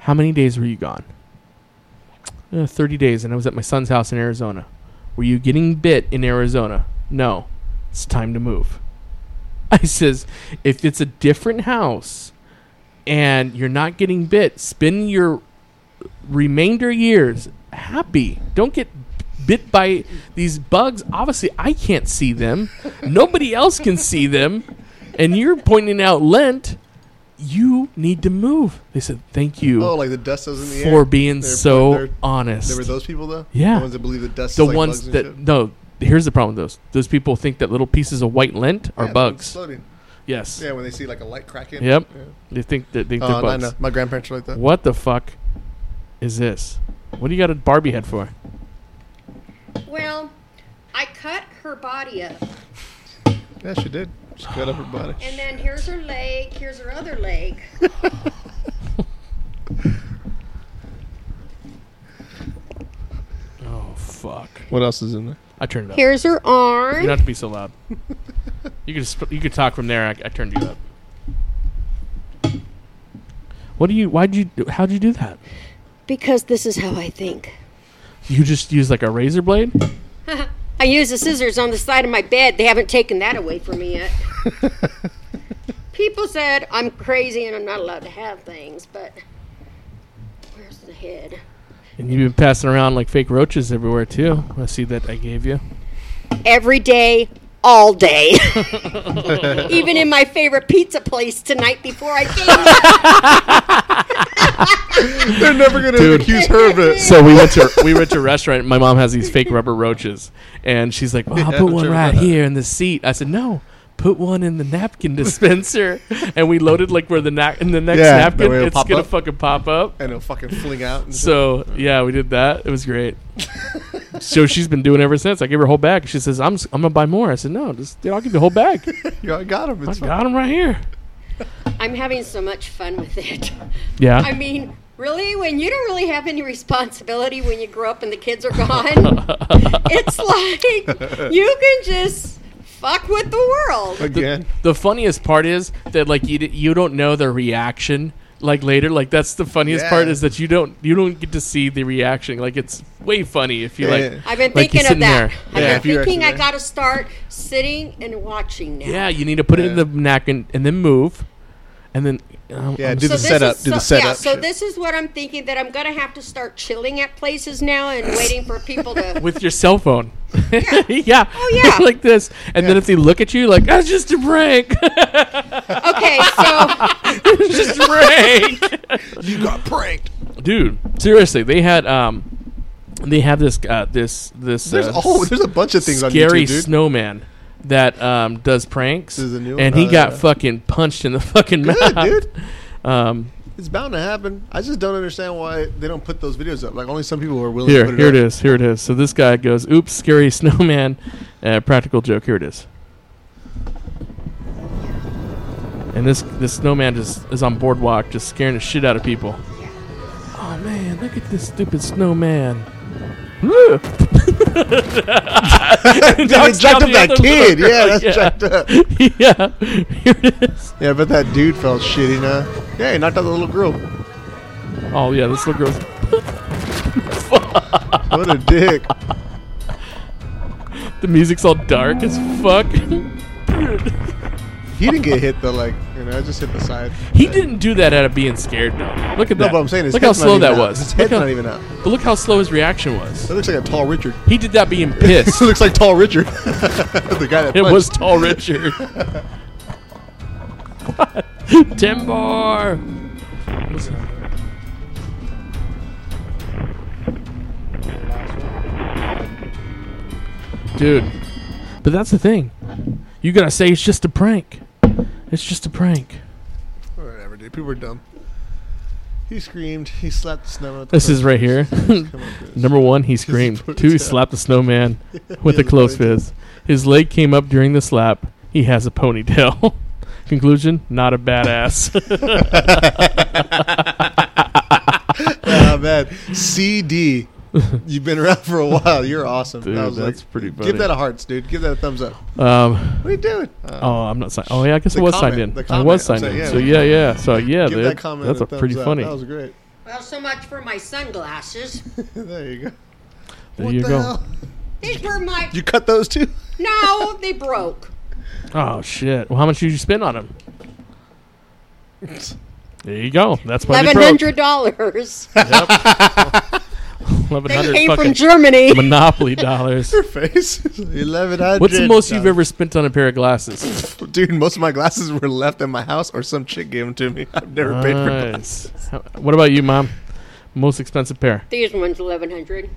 How many days were you gone? Uh, 30 days, and I was at my son's house in Arizona. Were you getting bit in Arizona? No. It's time to move. I says, if it's a different house and you're not getting bit, spend your remainder years happy. Don't get bit by these bugs. Obviously, I can't see them. Nobody else can see them. And you're pointing out lint. You need to move. They said, thank you. Oh, like the dust was in the air For being They're- so they're- honest. There were those people though. Yeah. the ones that believe the dust. the is like ones bugs and that, shit? no, here's the problem with those. Those people think that little pieces of white lint are Yeah, bugs. Floating. Yes. Yeah, when they see like a light cracking. Yep. Yeah. They think that they, they're Oh, I bugs. know. My grandparents were like that. What the fuck is this? What do you got a Barbie head for? Well, I cut her body up. Yeah, she did. She cut up her body. And then here's her leg, here's her other leg. Oh fuck! What else is in there? I turned it up. Here's her You don't arm. have to be so loud. you could sp- you could talk from there. I, I turned you up. What do you? Why would you? do- How'd you do that? Because this is how I think. You just use like a razor blade? I use the scissors on the side of my bed. They haven't taken that away from me yet. People said I'm crazy and I'm not allowed to have things, but where's the head? And you've been passing around like fake roaches everywhere too. I see that I gave you. Every day, all day. Even in my favorite pizza place tonight before I came. They're never gonna Dude. accuse her of it. So we went to we went to a restaurant. And my mom has these fake rubber roaches, and she's like, well, "I'll Yeah, put I'm one sure right about that. here in the seat." I said, "No." Put one in the napkin dispenser, and we loaded like where the na- in the next Yeah, that napkin, way it'll it's pop gonna up. fucking pop up. and it'll fucking fling out. And shit. So yeah, we did that. It was great. so she's been doing it ever since. I gave her a whole bag. She says, "I'm s- I'm gonna buy more." I said, "No, just dude, I'll give you the whole bag. you I got him. I It's got them right here." I'm having so much fun with it. Yeah. I mean, really, when you don't really have any responsibility when you grow up and the kids are gone, it's like you can just fuck with the world. again. the funniest part is that like you d- you don't know the reaction. Like later, like that's the funniest Yeah. part is that you don't you don't get to see the reaction. Like it's way funny if you Yeah, like. yeah. I've been Like you're thinking of sitting that. there. I've Yeah, if been you're thinking I actually there. got to start sitting and watching now. Yeah, you need to put it in Yeah. the napkin and then move, and then um, Yeah, um, do the this setup. is Do the so- setup. Yeah, so shit. this is what I'm thinking that I'm gonna have to start chilling at places now and waiting for people to. with your cell phone. Yeah. Oh, yeah. like this, and then if they look at you, like that's just a prank. Okay, so just prank. you got pranked, dude. Seriously, they had um, they have this uh, this this there's uh, oh, there's a bunch of things on scary YouTube, dude. snowman that um does pranks, This is a new one? and he Oh, got yeah. fucking punched in the fucking Good, mouth. dude. Um, It's bound to happen. I just don't understand why they don't put those videos up. Like only some people are willing. to Here, put it here up. it is. Here it is. So this guy goes, "Oops, scary snowman." Uh, practical joke. Here it is. And this this snowman just is on boardwalk, just scaring the shit out of people. Oh man, look at this stupid snowman. Ugh. Dude, they Knocks jacked down the up that other kid. little Yeah, girl. that's jacked up. yeah, here it is. Yeah, but that dude felt shitty, nah. Yeah, he knocked out the little girl. Oh yeah, this little girl's What a dick. the music's all dark as fuck. He didn't get hit though. Like you know, just hit the side. He didn't do that out of being scared though. Look at No, that. but I'm saying his look how head's not slow even that out. was. His Look head's how- not even out. But look how slow his reaction was. That looks like a tall Richard. He did that being pissed. It looks like tall Richard. the guy that it punched. was Tall Richard. Timbar. Dude, but that's the thing. You gotta say it's just a prank. It's just a prank. Whatever, dude. People are dumb. He screamed. He slapped the snowman. with the This is foot. right here. Number one, he screamed. Two, he slapped the snowman with a close fist. His leg came up during the slap. He has a ponytail. Conclusion: Not a badass. oh man, CD. You've been around for a while. You're awesome. Dude, That was that's like- pretty funny. Give that a hearts, dude. Give that a thumbs up. um, What are you doing? oh, I'm not signed. Oh yeah, I guess The I was comment, signed the in. I comment, was I'm signed saying, in. yeah. So yeah, yeah. So yeah, Give dude, that comment that's a a thumbs pretty up. funny. That was great. Well, so much for my sunglasses. there you go. there What you the go. hell? These were my. You cut those too? No, they broke. Oh shit. Well, how much did you spend on him? There you go. That's why Eleven we broke. hundred dollars. Eleven They hundred. came from fucking Germany. Monopoly dollars. Your face. Eleven hundred. What's the most you've ever spent on a pair of glasses? Dude, most of my glasses were left in my house, or some chick gave them to me. I've never paid for glasses. Nice. How- What about you, mom? Most expensive pair? These ones eleven hundred.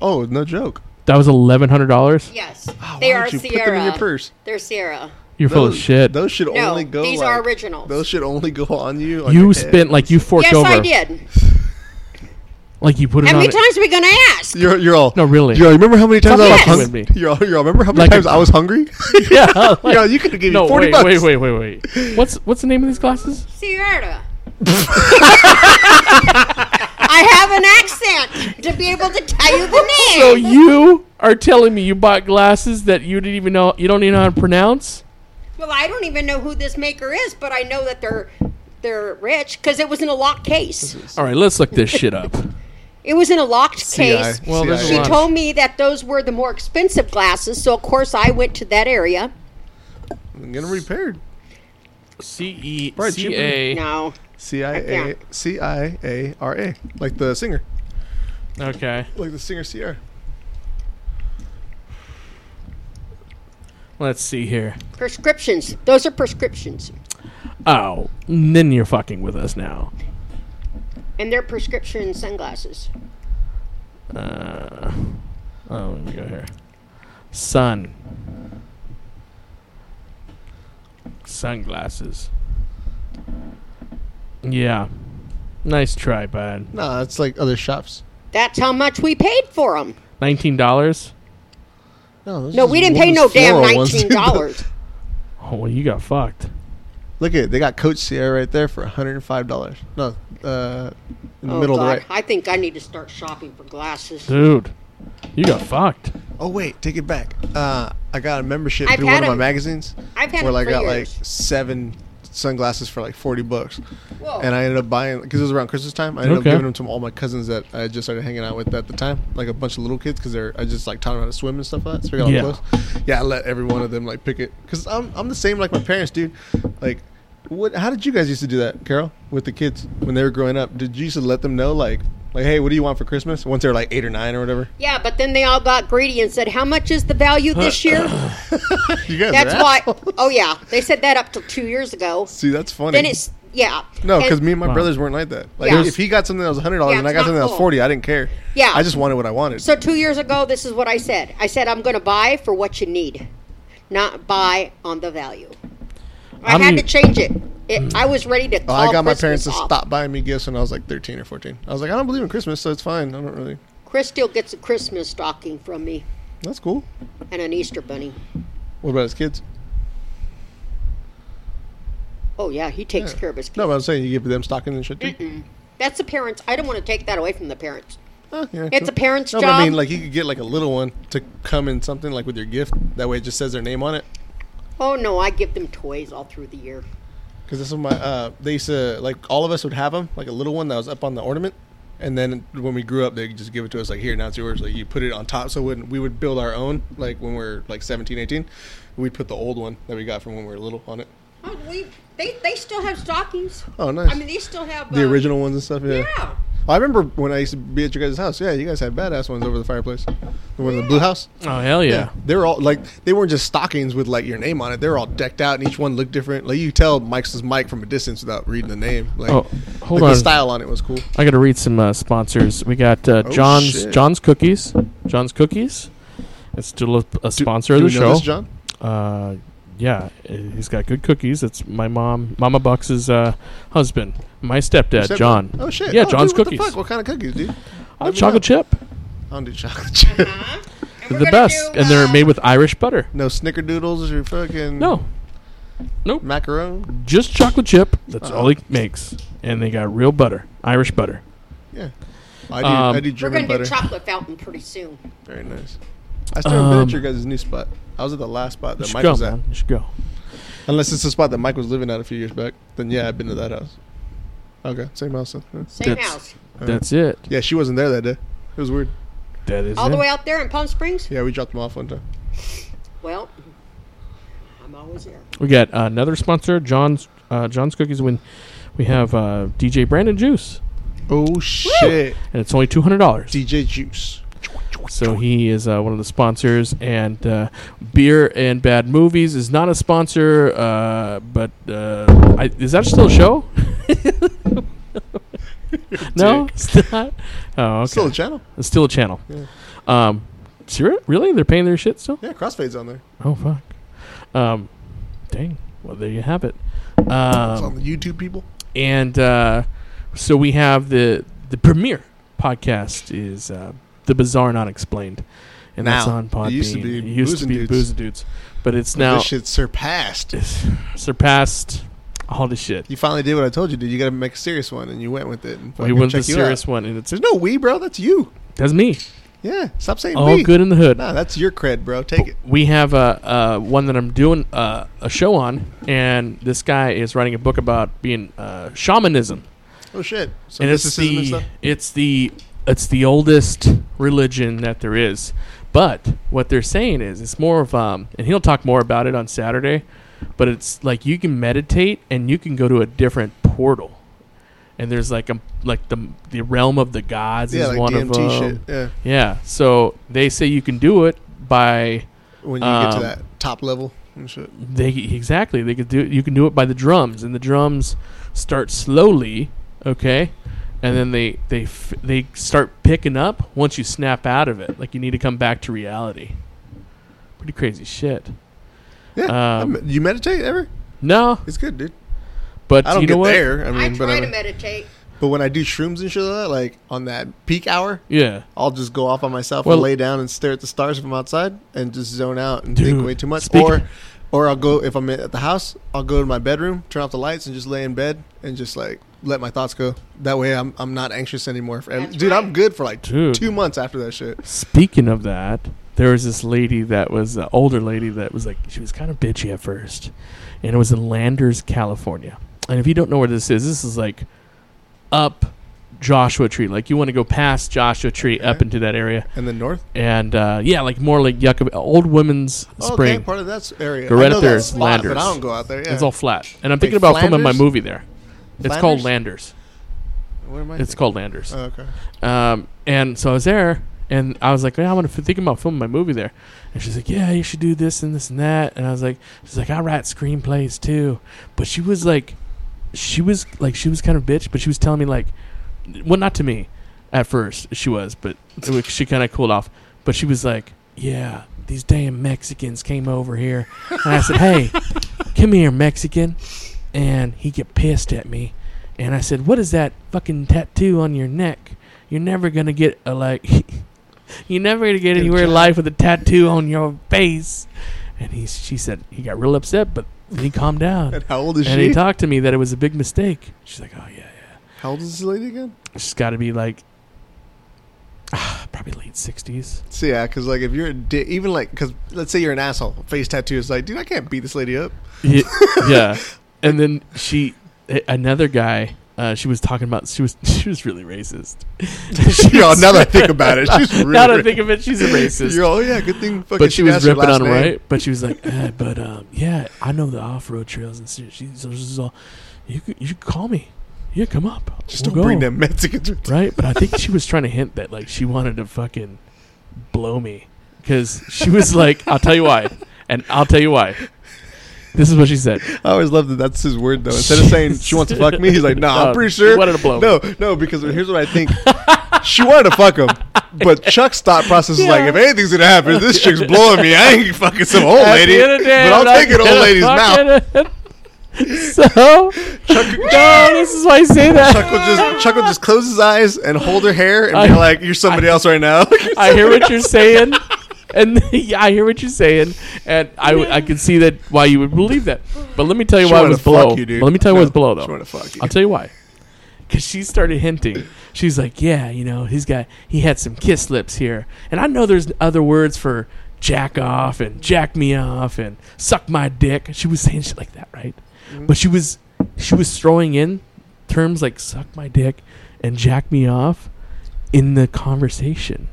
Oh, no joke. That was eleven hundred dollars. Yes, they why are don't you put them in Sierra. your purse? They're Sierra. You're full of Those- shit. Those should No, only go. these are like- originals. Those should only go on you. on your you head. spent like you forked yes, over. I did. Like you put it How on. many it- times are we gonna ask? You're, you're all. No, really. You're all, remember how many times Don't I was mess with me. hungry? You're all, you're all, remember how many Like a- times I was hungry? yeah. like- You're all, you could have given no. me 40 Wait, bucks. wait. Wait. Wait. Wait. What's What's the name of these glasses? Sierra. I have an accent to be able to tell you So the name. you are telling me you bought glasses that you didn't even know you don't even know how to pronounce? well, I don't even know who this maker is, but I know that they're they're rich because it was in a locked case. All right, let's look this shit up. It was in a locked case. CI. Well, See, there's I- a She lot. told me that those were the more expensive glasses, so of course I went to that area. I'm gonna repaired. C E Right, C A. No, C I A Okay. C I A R A, like the singer, Okay. like the singer Sierra. Let's see here. prescriptions. Those are prescriptions, Oh, then you're fucking with us now. and they're prescription sunglasses. Uh, oh, let me go here. Sun. Sunglasses. Yeah. Nice try, bud. Nah, it's like other shops. That's how much we paid for them. Nineteen dollars. No, No, we didn't pay no damn nineteen dollars. Oh, well, you got fucked. Look at it. They got Coach Sierra right there for 105 dollars. No, uh, in the Oh middle God, of the right. I think I need to start shopping for glasses. Dude, you got fucked. Oh wait, take it back. Uh, I got a membership I've through one had of my 'em. magazines I've had where them I for got years. like seven sunglasses for like 40 bucks, Whoa. and I ended up buying because it was around Christmas time. I ended Okay. up giving them to all my cousins that I just started hanging out with at the time, like a bunch of little kids because they're I just like taught them how to swim and stuff like that. So we got all Yeah. close. Yeah, I let every one of them like pick it because I'm I'm the same like my parents, dude. Like. What, how did you guys used to do that, Carol, with the kids when they were growing up? Did you used to let them know, like, like, hey, what do you want for Christmas? Once they were like eight or nine or whatever. Yeah, but then they all got greedy and said, "How much is the value this year?" You guys are That's why. assholes. Oh yeah, they said that up till two years ago. See, that's funny. Then it's yeah. No, And- because me and my Wow. brothers weren't like that. Like Yeah. if he got something that was hundred dollars Yeah, and I it's got not something that was cool. forty, I didn't care. Yeah. I just wanted what I wanted. So two years ago, this is what I said. I said I'm going to buy for what you need, not buy on the value. I I'm had u- to change it. It, I was ready to Oh, call I got my Christmas parents to off. stop buying me gifts when I was like 13 or 14. I was like, I don't believe in Christmas, so it's fine. I don't really. Chris still gets a Christmas stocking from me That's cool. and an Easter bunny. What about his kids? Oh yeah, he takes Yeah. care of his kids. No, but I was saying you give them stockings and shit too. Mm-mm. That's the parents. I don't want to take that away from the parents. Ah, Yeah, it's sure. a parent's no, job. But I mean, like you could get like a little one to come in something like with your gift. That way, it just says their name on it. oh no, I give them toys all through the year. Because this is my uh, they used to like all of us would have them like a little one that was up on the ornament, and then when we grew up, they just give it to us like here now it's yours. Like you put it on top, so when we would build our own like when we are like 17, 18, we'd put the old one that we got from when we were little on it. Oh, we, they they still have stockings. Oh, nice. I mean, they still have The uh, original ones and stuff. Yeah. Yeah. I remember when I used to be at your guys' house. Yeah, you guys had badass ones over the fireplace. The one in the blue house. Oh, hell yeah. They were all like they weren't just stockings with like your name on it. They were all decked out and each one looked different. Like you could tell Mike's is Mike from a distance without reading the name. Like, Oh, hold like, on. the style on it was cool. I got to read some uh, sponsors. We got uh, Oh, John's shit. John's Cookies. John's Cookies. It's still a, a sponsor do of the we show. know this, John? Uh, yeah, uh, he's got good cookies. It's my mom, Mama Bucks' uh, husband, my stepdad, Except- John. Oh shit. Yeah, Oh, John's dude, what Cookies. The fuck? What kind of cookies, dude? Oh, chocolate chip. I don't do chocolate chip. They're the best, and uh, they're made with Irish butter. No snickerdoodles or fucking No. Nope. Macaron. Just chocolate chip. That's Uh-uh. all he makes, and they got real butter, Irish butter. Yeah. I do Um, I do We're German gonna butter. do chocolate fountain pretty soon. Very nice. I still haven't been Um, at your guys' new spot. I was at the last spot You that should Mike go, was at. man. You should go. Unless it's the spot that Mike was living at a few years back, then yeah, I've been to that house. Okay, same house. then. Yeah. Same That's- house, Uh, That's it. Yeah, she wasn't there that day. It was weird. That is all the it. way out there in Palm Springs. Yeah, we dropped them off one time. Well, I'm always there. We got another sponsor, John's uh, John's Cookies. When we have uh, DJ Brandon Juice, Oh shit! and it's only two hundred dollars. DJ Juice. So he is uh, one of the sponsors, and uh, beer and bad movies is not a sponsor, uh, but uh, I, is that still a show? no, it's not. Oh, okay. Still a channel. it's still a channel. Um, seri- really? They're paying their shit still? Yeah, Crossfade's on there. Oh fuck. Um, dang. Well, there you have it. It's on Um, the YouTube people. and uh, so we have the the premiere podcast is uh, the bizarre not explained, and that's Now. on Podbean. It used to be It used Booze to and be Dudes. Booze and Dudes, but it's now this shit surpassed. surpassed all the shit. You finally did what I told you, dude. You got to make a serious one, and you went with it. And We fucking went the check you out. serious one, and it's There's no we, bro. That's you. that's me. Yeah. Stop saying All we. good in the hood. Nah, that's your cred, bro. Take it. we have a, uh one that I'm doing uh, a show on, and this guy is writing a book about being uh, shamanism. Oh shit. So and it's mysticism and the stuff? it's the it's the oldest religion that there is. But what they're saying is it's more of um, and he'll talk more about it on Saturday. But it's like you can meditate and you can go to a different portal. And there's like a like the the realm of the gods yeah, is like one of DMT uh, them. shit. Yeah. Yeah, so they say you can do it by When you Um, get to that top level and shit. they exactly they could do you can do it by the drums and the drums start slowly okay and then they they f- they start picking up once you snap out of it like you need to come back to reality pretty crazy shit Yeah. Um, I me- you meditate ever? no It's good, dude. but I don't you know get what there. I I mean, but, try I, to meditate. but when I do shrooms and shit like that, like on that peak hour, yeah I'll just go off on myself Well- and lay down and stare at the stars from outside and just zone out and Dude, think way too much. speak- Or, or I'll go if I'm at the house, I'll go to my bedroom, turn off the lights, and just lay in bed and just like let my thoughts go. That way, I'm I'm not anxious anymore. And, That's dude, right. I'm good for like Dude. two months after that shit. Speaking of that, there was this lady that was an older lady that was like she was kind of bitchy at first, and it was in Landers, California. And if you don't know where this is, this is like up Joshua Tree. Like you want to go past Joshua Tree up into that area, And then north, and uh, yeah, like more like Yucca old women's oh, spring. dang, part of that's area. Go I right know up there that is spot, Landers. but I don't go out there. Yeah. It's all flat, and I'm thinking Wait, about filming my Flanders? movie there. It's called Flanders? Landers. Where am I? It's thinking? called Landers. Oh, okay. Um, and so I was there, and I was like, "Man, I'm gonna f- thinking about filming my movie there." And she's like, "Yeah, you should do this and this and that." And I was like, "She's like, I write screenplays too," but she was like, she was like, she was kind of bitch, but she was telling me like, well, not to me, at first she was, but it was- she kind of cooled off. But she was like, "Yeah, these damn Mexicans came over here," and I said, "Hey, come here, Mexican." and he get pissed at me and i said what is that fucking tattoo on your neck you're never gonna get a like you're never gonna get anywhere in life with a tattoo on your face and he she said he got real upset but then he calmed down And how old is and he she? talked to me that it was a big mistake she's like oh yeah yeah How old is this lady again? she's gotta be like probably late 60s So yeah, because like if you're a di- even like because let's say you're an asshole, face tattoo is like, dude, I can't beat this lady up. yeah, yeah. and then she a- another guy uh, she was talking about she was she was really racist You know, now that I think about it, she's really now that i ra- think of it she's a racist You're all, yeah, good thing. Fucking but she was asked your ripping last on him name. right but she was like eh, but um, yeah i know the off-road trails and shit she's so she's all you c- you can call me yeah come up Just We'll don't bring go." them Mexicans. with you. right but i think she was trying to hint that like she wanted to fucking blow me because she was like i'll tell you why and i'll tell you why this is what she said I always love that that's his word though. Instead of saying she wants to fuck me, he's like, nah, No, I'm pretty she sure. wanted to blow no, no, because here's what I think. she wanted to fuck him, but Chuck's thought process is like, if anything's gonna happen, this chick's blowing me. I ain't fucking some old At the lady, end of the day, but I'm I'll not take an old gonna lady's mouth. fuck it. so, no, this is why I say Chuck that. will just Chuck will just close his eyes and hold her hair and I- be like, "You're somebody else right now." I hear what you're saying, and yeah, I hear what you're saying, and I, I can see that why you would believe that. But let me tell you She why it wanted was to fuck below. you, dude. let me tell you why it was No, below, she though. wanted to fuck you. I'll tell you why. Because she started hinting. She's like, "Yeah, you know, he's got he had some kiss lips here, and I know there's other words for jack off and jack me off and suck my dick." She was saying shit like that, right? But she was she was throwing in terms like suck my dick and jack me off in the conversation,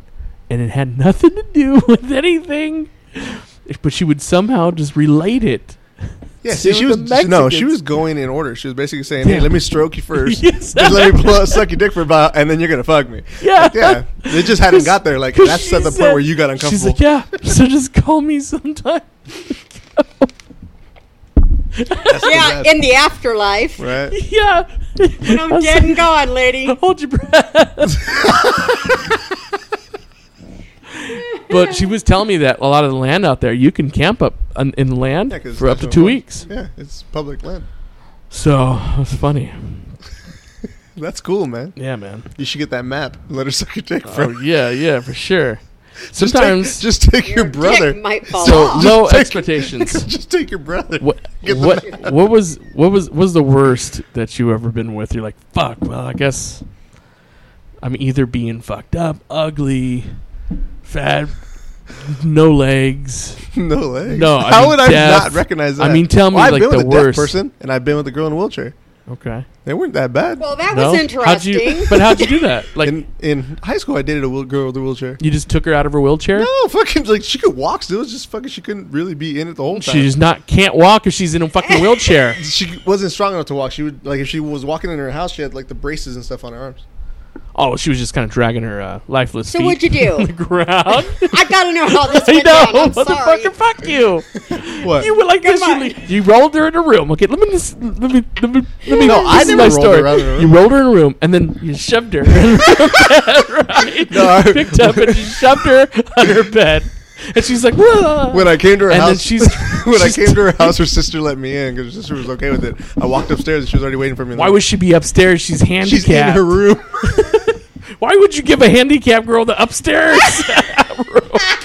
and it had nothing to do with anything. But she would somehow just relate it. Yeah, See see, she what was the she- no, she Mexicans- was going in order. She was basically saying, "Hey, Yeah. let me stroke you first, Yes. then let me blow, suck your dick for a while, and then you're gonna fuck me." Yeah. Like, yeah. They just hadn't got there. Like 'Cause that's she at the point said- where you got She's uncomfortable. like, yeah. So just call me sometime. Yeah, in the afterlife. Right? yeah. When I'm dead and gone, lady. Hold your breath. but she was telling me that a lot of the land out there, you can camp up on, in land Yeah, 'cause for up to national two park. weeks. Yeah, it's public land. So it's funny. Oh. That's cool, man. Yeah, man. You should get that map. and Let her suck your dick Oh first. yeah, yeah, for sure. Just take- Sometimes just take, your dick brother. might fall So, off. low take- expectations. just take your brother. what Get the what what was what was what was the worst that you ever been with? You're like, fuck. Well, I guess I'm either being fucked up, ugly, fat, no legs. No legs. No, I how mean would I deaf. not recognize I that? mean, tell me, I've like, been the with a worst. deaf person, and I've been with a girl in a wheelchair. Okay, They weren't that bad. Well, that no. was How'd interesting. you? But how'd you do that? Like, in in high school, I dated a wheel- girl with a wheelchair. you just took her out of her wheelchair. No, fucking like she could walk still. It was just fucking she couldn't really be in it the whole time. She's not can't walk if she's in a fucking wheelchair. she wasn't strong enough to walk. She would like if she was walking in her house, she had like the braces and stuff on her arms. oh, she was just kind of dragging her uh, lifeless So feet what'd you on do? the ground. I gotta know how this I went know, down. I'm sorry. motherfucker, fuck you. What? You were like this. You, le- you rolled her in a room. Okay, let me just, let me let me let me. No, this I is never my rolled story. her out of the room. You rolled her in a room, and then you shoved her. in her bed, right? No, I- You picked up and you shoved her on her bed, and she's like, "Whoa." When I came to her And then house, she's- when she's- I came to her house, her sister let me in because her sister was okay with it. I walked upstairs and she was already waiting for me. Why would she be upstairs? She's handicapped. she's in her room? Why would you give a handicapped girl the upstairs? room?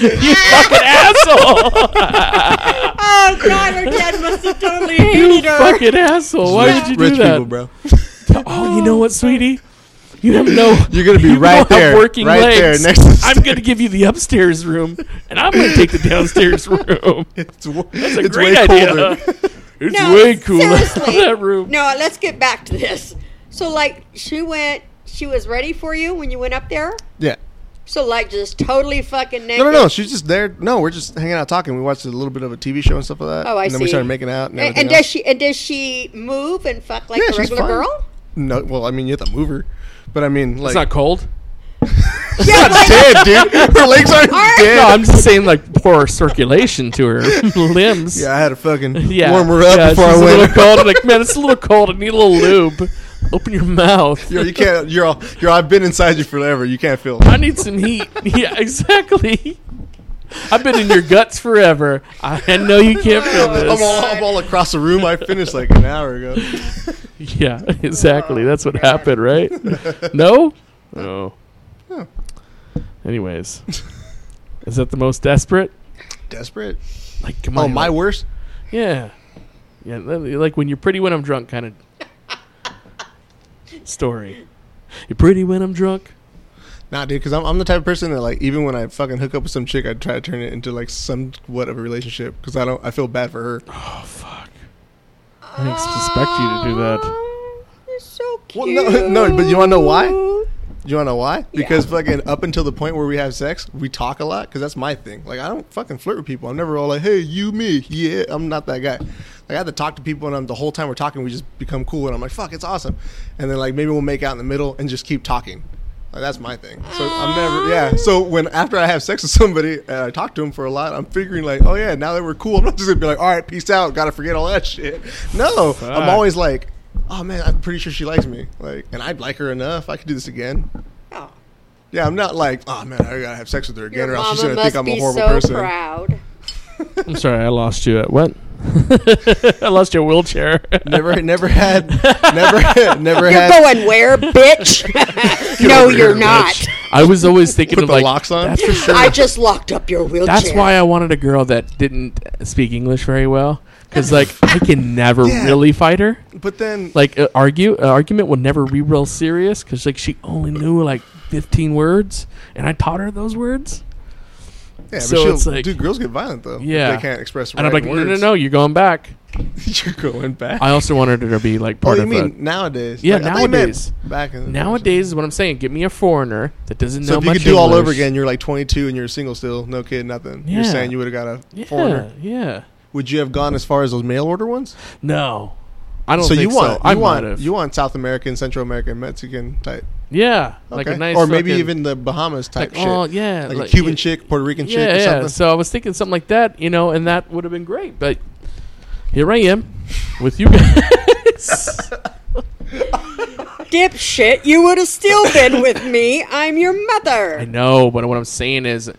you fucking asshole! Oh God, her dad must have totally you hated her. fucking asshole! Why would you do rich that? people, bro? Oh, you know what, sweetie? You don't know. You're gonna be you don't right have there, working right legs. there next to I'm gonna give you the upstairs room, and I'm gonna take the downstairs room. It's, wa- That's a it's great way idea. colder. It's No, way cooler seriously. in that room. No, let's get back to this. So, like, she went. She was ready for you when you went up there. Yeah. So, like, just totally fucking naked. No, no, no. She's just there. No, we're just hanging out talking. We watched a little bit of a TV show and stuff like that. Oh, I And then we see. started making out. And, And, everything and does else. she? And does she move and fuck like Yeah, a she's regular fine. girl? No, well, I mean, you have to move her. But I mean, like, It's not cold. Yeah, like, dead, dude. Her legs aren't Alright. dead. No, I'm just saying like poor circulation to her limbs. yeah, I had to fucking Yeah. warm her up Yeah, before she's a I went. little cold. I'm like, man, it's a little cold. I need a little lube. Open your mouth. Yo, you can't. You're all. You're. I've been inside you forever. You can't feel. I need some heat. Yeah, exactly. I've been in your guts forever. I know you can't Oh, feel I'm this. all, I'm all across the room. I finished like an hour ago. Yeah, exactly. That's what happened, right? No? No. Anyways, is that the most desperate? Desperate. Like, come Oh, on. my like- worst. Yeah. Yeah, li- li- like when you're pretty when I'm drunk kind of story. You're pretty when I'm drunk. Nah, dude, because I'm, I'm the type of person that like even when I fucking hook up with some chick, I try to turn it into like somewhat of a relationship because I don't. I feel bad for her. Oh fuck! I didn't expect you to do that. oh, so Oh, Well, cute. no, no, but you want to know why? You want to know why? Because fucking up until the point where we have sex, we talk a lot because that's my thing. Like I don't fucking flirt with people. I'm never all like, hey, you, me, yeah. I'm not that guy. Like I have to talk to people, and I'm the whole time we're talking, we just become cool, and I'm like, fuck, it's awesome. And then like maybe we'll make out in the middle and just keep talking. Like, that's my thing. So I'm never, yeah. So when after I have sex with somebody and I talk to them for a lot, I'm figuring like, oh yeah, now that we're cool, I'm not just gonna be like, all right, peace out, gotta forget all that shit. No, I'm always like, oh man, I'm pretty sure she likes me. Like, and I'd like her enough. I could do this again. Oh. Yeah, I'm not like, oh man, I gotta have sex with her again, Your or else she's mama gonna must think I'm a be horrible so person. proud. I'm sorry, I lost you at what? I lost your wheelchair. Never, never had, never, never You're had. going where, bitch? no, you're not. I was always thinking Put of the like locks on. That's, for sure. I just locked up your wheelchair. that's why I wanted a girl that didn't speak English very well, because like I can never Yeah. really fight her. But then, Like uh, argue uh, argument will never be real serious, because like she only knew like 15 words, and I taught her those words. yeah, but so she'll, it's like- dude, girls get violent though. Yeah. they can't express. Right And I'm like, words. no, no, no, you're going back. You're going back. I also wanted her to be like oh, part you of mean a, nowadays? Yeah, Like, I thought you meant nowadays. Back in the Nowadays is what I'm saying. Give me a foreigner that doesn't So know if you much could do all over English. again, you're like 22 and you're single still, no kid, nothing. You're Yeah. saying you would have got a yeah, foreigner. yeah. Would you have gone as far as those mail order ones? No, I don't. So you think want I you want might have. you want South American, Central American, Mexican type, yeah, like a Okay. nice or maybe fucking- even the Bahamas type like, shit. oh, yeah, like, like, a Cuban yeah. chick, Puerto Rican chick, yeah, or yeah. something. So I was thinking something like that, you know, and that would have been great. But here I am with you guys. Dipshit, you would have still been with me. I'm your mother. I know, but what I'm saying is,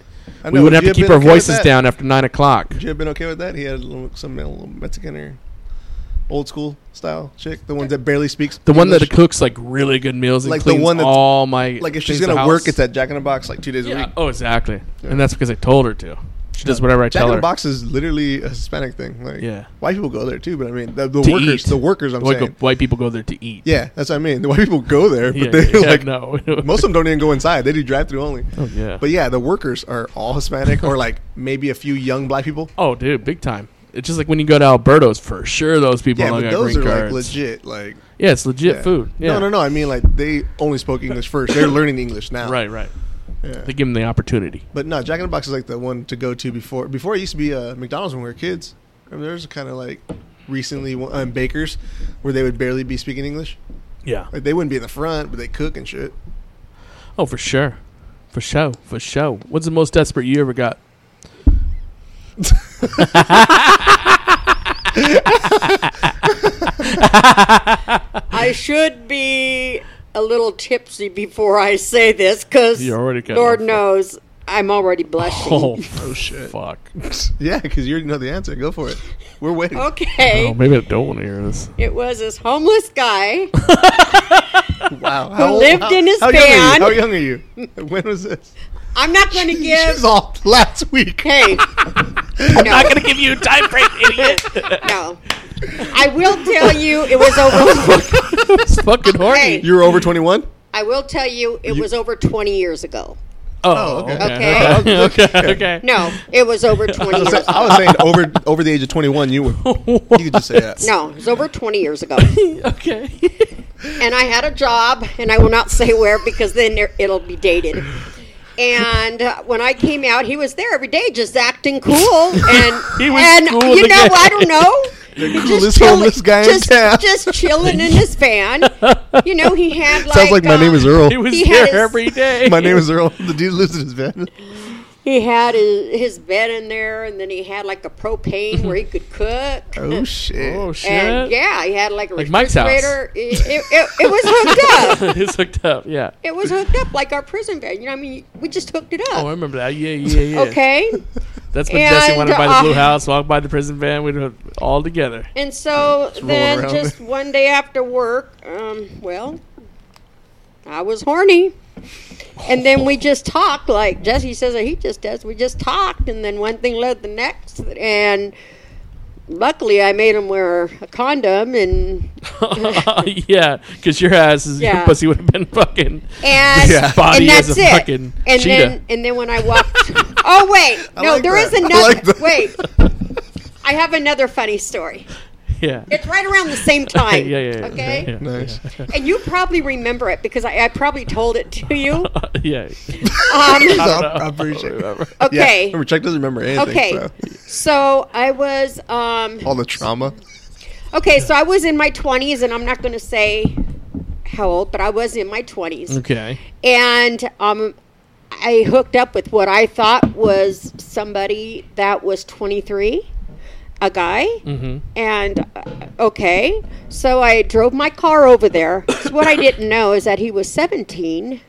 I we know, would have you to keep been our okay with voices that? down after nine o'clock. Would you have been okay with that? He had a little, some little Mexican or old school style chick, the ones that barely speaks. The one that English. cooks like really good meals and Like the cleans one that's- all my like if she's things in the gonna work, house. it's at Jack in the Box like two days a Yeah. week. Oh, exactly. And that's because I told her to. She does whatever I Jack tell in her. the Box is literally a Hispanic thing. Like, Yeah. white people go there too, but I mean the, the To workers, eat. the workers. I'm white, saying, white people go there to eat. yeah, that's what I mean. The white people go there, but Yeah, they yeah, like no. most of them don't even go inside. They do drive through only. Oh, yeah. But yeah, the workers are all Hispanic or like maybe a few young black people. oh, dude, big time. It's just like when you go to Alberto's for sure. Those people Yeah, all got but those are green like cards. legit. Like Yeah, it's legit yeah. food. Yeah. No, no, no. I mean like they only spoke English first. They're learning English now. Right, right. Yeah. They give them the opportunity. But no, Jack in the Box is like the one to go to before. Before it used to be uh, McDonald's when we were kids. I mean, there's kind of like recently one- um, Baker's where they would barely be speaking English. Yeah. Like they wouldn't be in the front, but they cook and shit. Oh, for sure. For sure. For sure. What's the most desperate you ever got? I should be a little tipsy before I say this because You already got Lord one. knows I'm already blushing. Oh, Oh shit! fuck. Yeah, because you already know the answer. Go for it. We're waiting. Okay, Oh, maybe I don't want to hear this. it was this homeless guy. Wow. How lived in his how young are you? van. How young are you? When was this? I'm not going to This is give. all last week. Hey, I'm going to give you a time frame, idiot. no, I will tell you it was over. it's fucking horny. Hey. You were over 21? I will tell you it was over 20 years ago. Oh, okay. Okay. Okay. okay. okay. No, it was over 20 years. "Oh." I was saying over over the age of 21, you were. You could just say that. No, it was over 20 years ago. okay. and I had a job, and I will not say where because then there- it'll be dated. And uh, when I came out, he was there every day, just acting cool. And He was and cool you to know, get- I don't know. He coolest homeless guy in just, town. Just chilling in his van. You know, he had like Sounds like my uh, name is Earl. He was He had there his- every day. My name is Earl. The dude lives in his van. he had his, his bed in there, and then he had like a propane where he could cook. Oh shit! Oh And shit! yeah, he had like a Like Mike's house. refrigerator. It, it, it, it was hooked up. it's hooked up. Yeah. It was hooked up like our prison bed. You know, what I mean, we just hooked it Oh, I up. remember that. Yeah, yeah, yeah. Okay, That's when Jesse And, wanted by the uh, blue house, walked by the prison van. We were all together. and so roll then around. just one day after work, um, well, I was horny. And then we just talked, like Jesse says that he just does. We just talked, and then one thing led the next. And luckily, I made him wear a condom, and yeah, because your ass is Yeah. your pussy would have been fucking and, Yeah. body and that's as a it. fucking and cheetah. then and then when I walked, oh wait, I no, like there that. is I another. like that. wait, I have another funny story. yeah. It's right around the same time. yeah, yeah, yeah, okay, yeah, yeah. Nice. and you probably remember it because I, I probably told it to you. yeah. Um, I appreciate it. okay, Remember, Chuck doesn't remember anything. okay. so. So I was um, All the trauma. okay. So I was in my twenties, and I'm not going to say how old, but I was in my twenties. Okay. and um, I hooked up with what I thought was somebody that was 23, a guy. Mhm. And uh, okay, so I drove my car over there. 'Cause what I didn't know is that he was 17.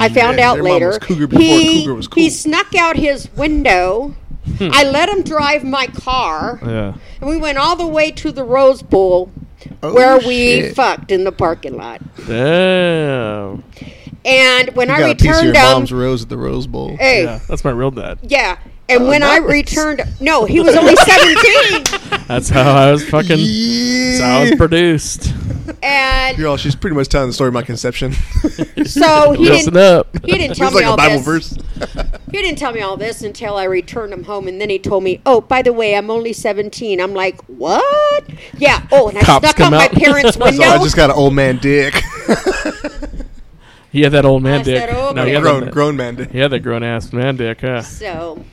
I found Hmm. Yeah, out your mom later. was cougar before he, cougar was he cool. snuck out his window. I let him drive my car, Yeah. and we went all the way to the Rose Bowl, Oh, where we shit. fucked in the parking lot. Damn. And when You I got a piece of your returned Eh. him, mom's rose at the Rose Bowl. hey, Yeah, that's my real dad. Yeah. Uh, And when I returned, no, he was only 17. That's how I was fucking. That's how I was Yeah. produced. And You're all, she's pretty much telling the story of my conception. so he Listen didn't, up. he didn't tell it's me like all a Bible this. verse. He didn't tell me all this until I returned him home. And then he told me, oh, by the way, I'm only 17. I'm like, what? Yeah. Oh, and I Cops stuck on come my out. parents' So I window. just got an old man dick. He had that old man I dick. said, "Oh, no, he had man." grown, that, grown man dick. He had that grown ass man dick. Huh? so,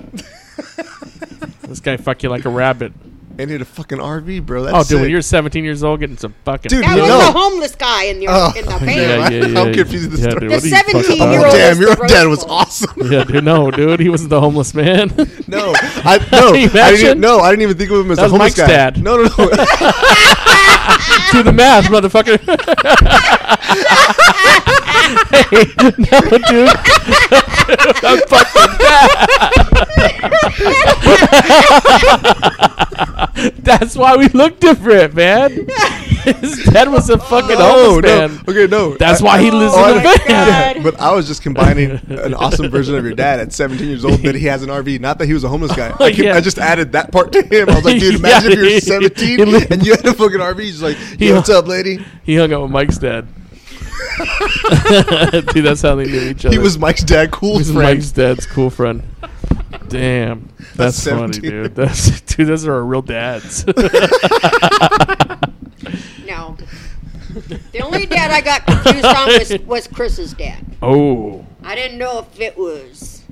This guy fuck you like a rabbit. And he had a fucking RV, bro. That's Oh, dude, sick. when you're 17 years old, getting some fucking Dude, that you was know- the homeless guy in the, Oh, in the van. Yeah, yeah, yeah, I'm yeah. confused with the yeah, story. dude, The what are you fucking 17 talking year Oh, old- about? damn, your the Rose dad was Bowl. awesome. Yeah, dude, no, dude, he wasn't the homeless man. No, I no, I Imagine. didn't, no, I didn't even think of him as That was a homeless Mike's guy. dad. No, no, no. Do the math, motherfucker. hey, no, dude. I'm fucking bad. That's why we look different, man. His dad was a fucking no, homeless no. man. Okay, no. That's why he lives Oh in my the van. God. But I was just combining an awesome version of your dad at 17 years old that he has an RV. Not that he was a homeless guy. I, kept- Yeah. I just added that part to him. I was like, dude, Yeah, imagine if he- you're 17 he lived- and you had a fucking RV. He's like, He- yo, what's up, lady? He hung out with Mike's dad. dude, that's how they knew each other. He was Mike's dad, cool He's friend. Mike's dad's cool friend. Damn, that's, That's funny, 17. dude. That's, dude, those are our real dads. No. The only dad I got confused on was, was Chris's dad. oh, I didn't know if it was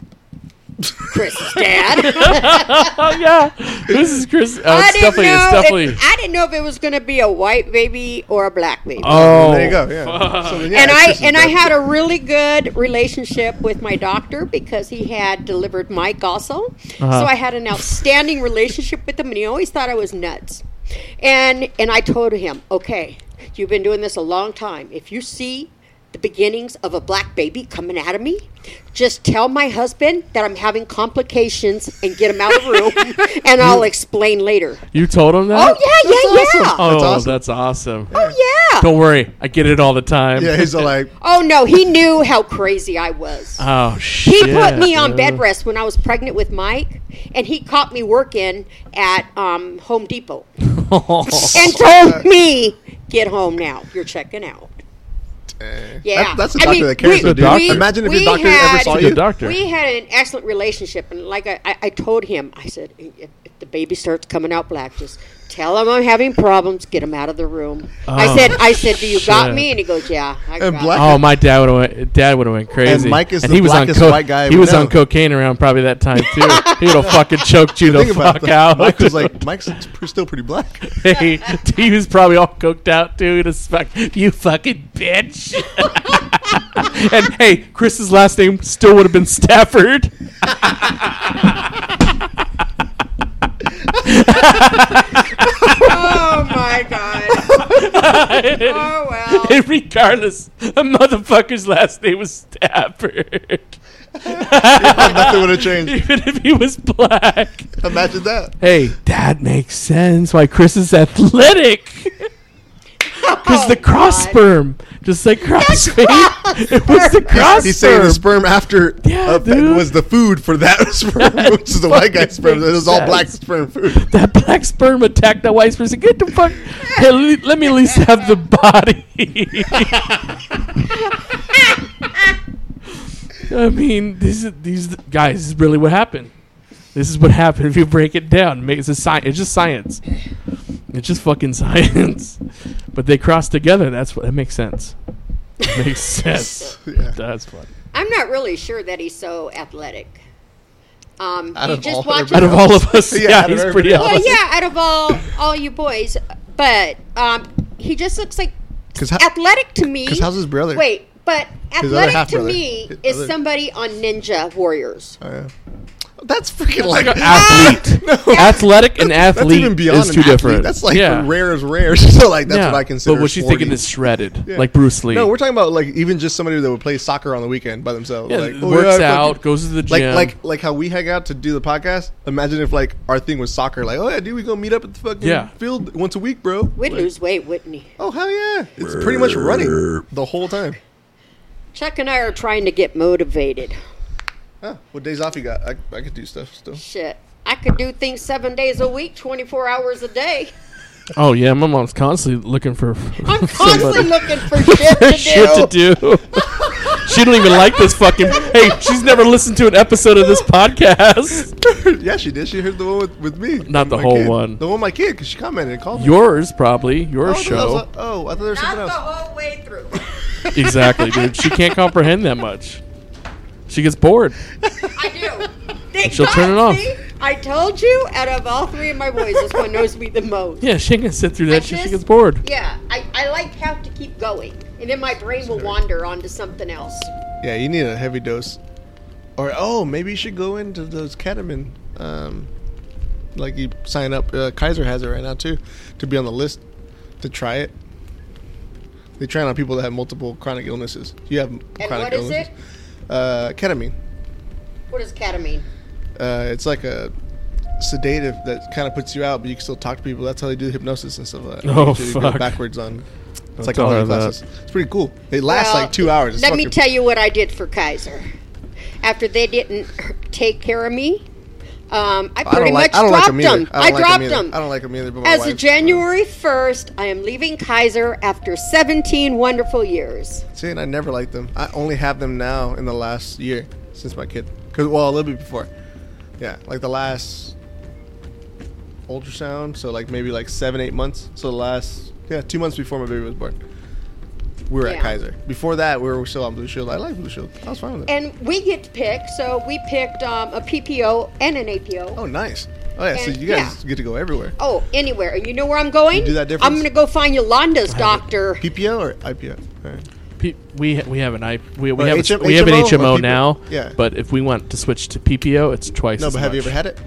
Chris's dad. oh yeah. This is Chris. Oh, I it's didn't definitely, it's know. definitely. If, I didn't know if it was going to be a white baby or a black baby. oh, There you go. Yeah. So, yeah, and it's I Chris's and I dad. had a really good relationship with my doctor because he had delivered Mike also. Uh-huh. So I had an outstanding relationship with him, and he always thought I was nuts. And and I told him, okay, you've been doing this a long time. If you see the beginnings of a black baby coming out of me, just tell my husband that I'm having complications and get him out of the room, and I'll explain later. You told him Oh that? yeah, yeah, yeah. Oh, that's That's awesome. awesome. Oh yeah. Don't worry, I get it all the time. Yeah, he's all like, Oh no, he knew how crazy I was. oh He shit. put me on dude. bed rest when I was pregnant with Mike, and he caught me working at um, Home Depot Oh, and told me, "Get home now. You're checking out." Yeah, That- that's a I doctor mean, that cares we- about you. we- Imagine if your we doctor ever had- saw Good Oh, you. doctor. We had an excellent relationship, and like I, I, I told him, I said, if, if the baby starts coming out black, just Tell him I'm having problems. Get him out of the room. Oh, I said, I said, do you got shit. me? And he goes, yeah. I And got black- it." Oh, my dad would have went. Dad would have went crazy. Mike is the blackest white guy He we was know. on cocaine around probably that time too. he would have fucking choked you the Think about fuck that. out. Mike was like, Mike's pr- still pretty black. Hey, he was probably all coked out too. He'd have smacked, you fucking bitch. and hey, Chris's last name still would have been Stafford. oh my god. oh well. And regardless, the motherfucker's last name was Stafford. Nothing would have changed. Even if he was black. Imagine that. Hey, that makes sense why Chris is athletic. Oh Because the cross sperm, just like crossfeed, it was the cross He's saying sperm. the sperm after Yeah, uh, dude. was the food for that sperm, which is the white guy's sperm. It was all black sperm food. that black sperm attacked that white person. Get the fuck. Hey, le- let me at least have the body. I mean, this is, these guys this is really what happened. This is what happened if you break it down. ma- It's a sci- It's just science. It's just fucking science. But they cross together. That's what. That makes sense. makes sense. That's fun. I'm not really sure that he's so athletic. Um, Out he of just all- watches. Out of all of us, Yeah, yeah, out of he's pretty. everybody out well, yeah, out of all all you boys, but um, he just looks like Because how, athletic to me. 'Cause how's his brother? Wait, but other athletic to half-brother. me His is other- somebody on Ninja Warriors. Oh, yeah. that's freaking like, like an athlete. Athletic and that's athlete even beyond is an too athlete. different. That's like yeah. the rare as rare. so like that's Yeah. what I consider. But what she's sporty. thinking is shredded, Yeah. like Bruce Lee. No, we're talking about like even just somebody that would play soccer on the weekend by themselves. yeah, like, oh, yeah, I works fucking- out, goes to the Like, gym. like like how we hang out to do the podcast. Imagine if like our thing was soccer. Like, oh yeah, dude, we go meet up at the fucking Yeah. field once a week, bro. We'd Like, lose weight, wouldn't he? Oh hell yeah! It's pretty much running the whole time. Chuck and I are trying to get motivated. Huh, what days off you got? I, I could do stuff still. Shit, I could do things seven days a week, twenty four hours a day. oh yeah, my mom's constantly looking for I'm constantly looking for shit to for do. shit to do. she don't even like this fucking. Hey, she's never listened to an episode of this podcast. yeah, she did. She heard the one with, with me. Not the My whole kid. one. The one with my kid because she commented and called me. Yours probably your oh, I thought that was show. a- oh, I thought there was something else. whole way through. exactly, dude. She can't comprehend that much. She gets bored. I do. They She'll turn it got off. me. I told you, out of all three of my boys, this one knows me the most. Yeah, she ain't gonna sit through that I shit. She just- gets bored. Yeah, I, I like have to keep going, and then my brain will wander onto something else. Yeah, you need a heavy dose. Or oh, maybe you should go into those ketamine. Um, like you sign up. Uh, Kaiser has it right now too, to be on the list to try it. They try it on people that have multiple chronic illnesses. You have And chronic what is illnesses. it? Uh, ketamine. What does ketamine? Uh, it's like a sedative that kind of puts you out, but you can still talk to people. That's how they do hypnosis and stuff like that. Oh, They go fuck. Backwards on. It's like tell her online that. classes. It's pretty cool. They last Well, like two hours. It's Let me fucking- tell you what I did for Kaiser. After they didn't take care of me, um, I I pretty don't like. much I don't like dropped them them. either. I, don't like 'em dropped either. them. I don't like them either. But my As of wife- January 1st, I am leaving Kaiser after 17 wonderful years. See, and I never liked them. I only have them now in the last year since my kid. Cause well, a little bit before. Yeah, like the last ultrasound. So like maybe like seven, eight months. So the last yeah, two months before my baby was born. We were at Yeah. Kaiser. Before that, we were still on Blue Shield. I like Blue Shield. I was fine with it. And we get to pick, so we picked um, a PPO and an APO. oh, nice. Oh yeah. So And- you guys get to go everywhere. Oh, anywhere. And you know where I'm going? You do that I'm difference. going to go find Yolanda's doctor. PPO or IPO? All right. P- we ha- we have an I we, we Or have HM- we have an HMO, or HMO people- now. yeah. But if we want to switch to PPO, it's twice. No, as but have you much. ever had it?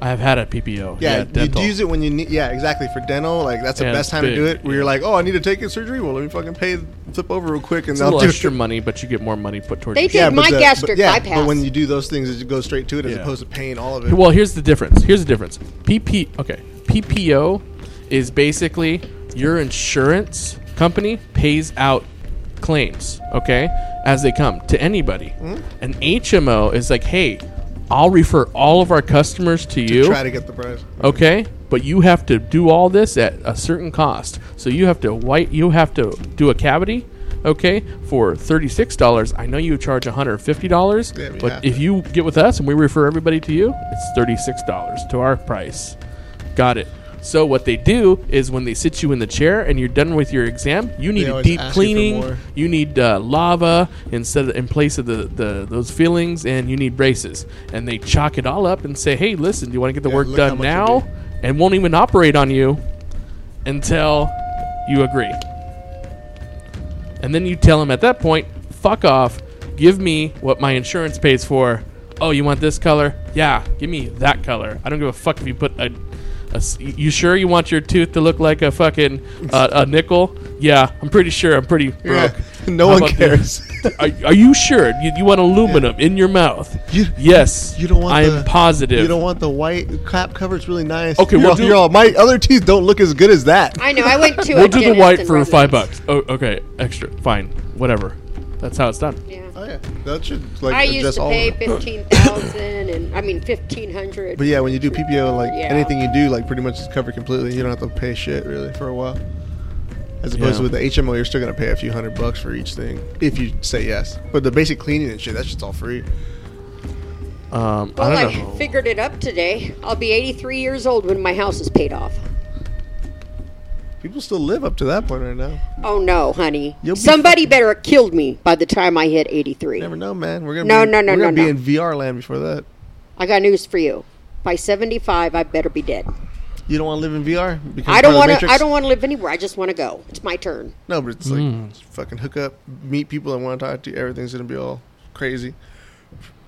I have had a PPO. Yeah, Yeah, you dental. use it when you need. Yeah, exactly for dental. Like that's the Yeah, best it's time big, to do it. Where yeah. you're like, oh, I need to take a surgery. Well, let me fucking pay, flip over real quick, and It's a I'll little do extra it. money, but you get more money put towards. They your- did my the- gastric yeah, bypass. But when you do those things, it goes straight to it as Yeah. opposed to paying all of it. Well, here's the difference. Here's the difference. PP okay. PPO is basically your insurance company pays out claims, okay, as they come to anybody. Hmm? An HMO is like, hey, I'll refer all of our customers to you. try to get the price. okay but you have to do all this at a certain cost so you have to white you have to do a cavity okay for $36 i know you charge $150 Yeah, we but have if to. you get with us and we refer everybody to you it's $36 to our price got it So what they do is when they sit you in the chair and you're done with your exam, you need a always deep ask you for cleaning, you, more. need uh, lava instead of, in place of the, the those fillings, and you need braces. And they chalk it all up and say, "Hey, listen, do you want to get the work look how done much you now?" And won't even operate on you until you agree. And then you tell them at that point, fuck off, give me what my insurance pays for. Oh, you want this color? Yeah, give me that color. I don't give a fuck if you put a. a s- you sure you want your tooth to look like a fucking uh, a nickel? Yeah, I'm pretty sure. I'm pretty broke. no How one about this? Are, are you sure? You, you want aluminum in your mouth? yes. You don't want. I am the- positive. You don't want the white cap cover's really nice. Okay, You're we'll all- do- you're all, my other teeth don't look as good as that. I know. I went to. we'll a do the dentist white in for Rosetta. five bucks. Oh, okay, extra. Fine, whatever. That's how it's done. Yeah. Oh yeah, that should like I used adjust to all. pay of it. fifteen thousand, and I mean fifteen hundred. But yeah, when you do PPO, like Yeah. anything you do, like pretty much is covered completely. You don't have to pay shit really for a while. As opposed to Yeah. with the HMO, you're still gonna pay a few hundred bucks for each thing if you say yes. But the basic cleaning and shit, that shit's all free. Um, Well, I I, don't know. figured it up today. I'll be 83 years old when my house is paid off. People still live up to that point right now. Oh no, honey! You'll be Somebody better have killed me by the time I hit 83. Never know, man. We're gonna No, be, no, no, we're gonna no, be no. in VR land before that. I got news for you. By 75, I better be dead. You don't want to live in VR because I don't part want of the to. Matrix? I don't want to live anywhere. I just want to go. It's my turn. No, but it's like just fucking hook up, meet people I want to talk to. Everything's gonna be all crazy.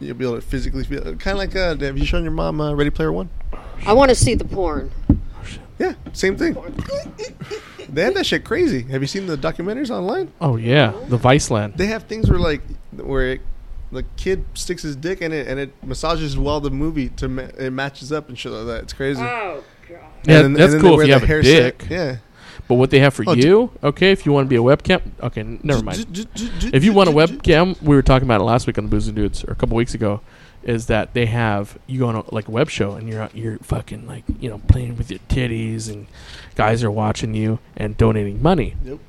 You'll be able to physically feel kind of like uh, have you shown your mom uh, Ready Player One? I want to see the porn. Yeah, same thing. they had that shit crazy. Have you seen the documentaries online? Oh yeah, the Viceland. They have things where like where it, the kid sticks his dick in it and it massages while the movie to ma- it matches up and shit like that. It's crazy. Oh god! Yeah, and then- that's and then they cool wear if you the have a hair dick. set. Yeah. But what they have for Oh, d- you, okay, if you want to be a webcam, okay, n- never mind. If you want a webcam, we were talking about it last week on the Booze and Dudes, or a couple weeks ago, is that they have you go on a, like a web show and you're out, you're fucking like you know playing with your titties and guys are watching you and donating money. Nope.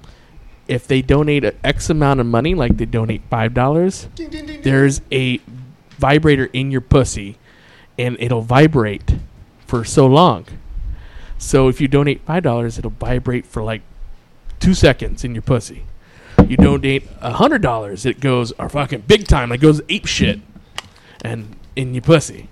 If they donate a X amount of money, like they donate five dollars, there's a vibrator in your pussy and it'll vibrate for so long. So if you donate five dollars, it'll vibrate for like two seconds in your pussy. You donate a hundred dollars, it goes or fucking big time, it goes ape shit and in your pussy.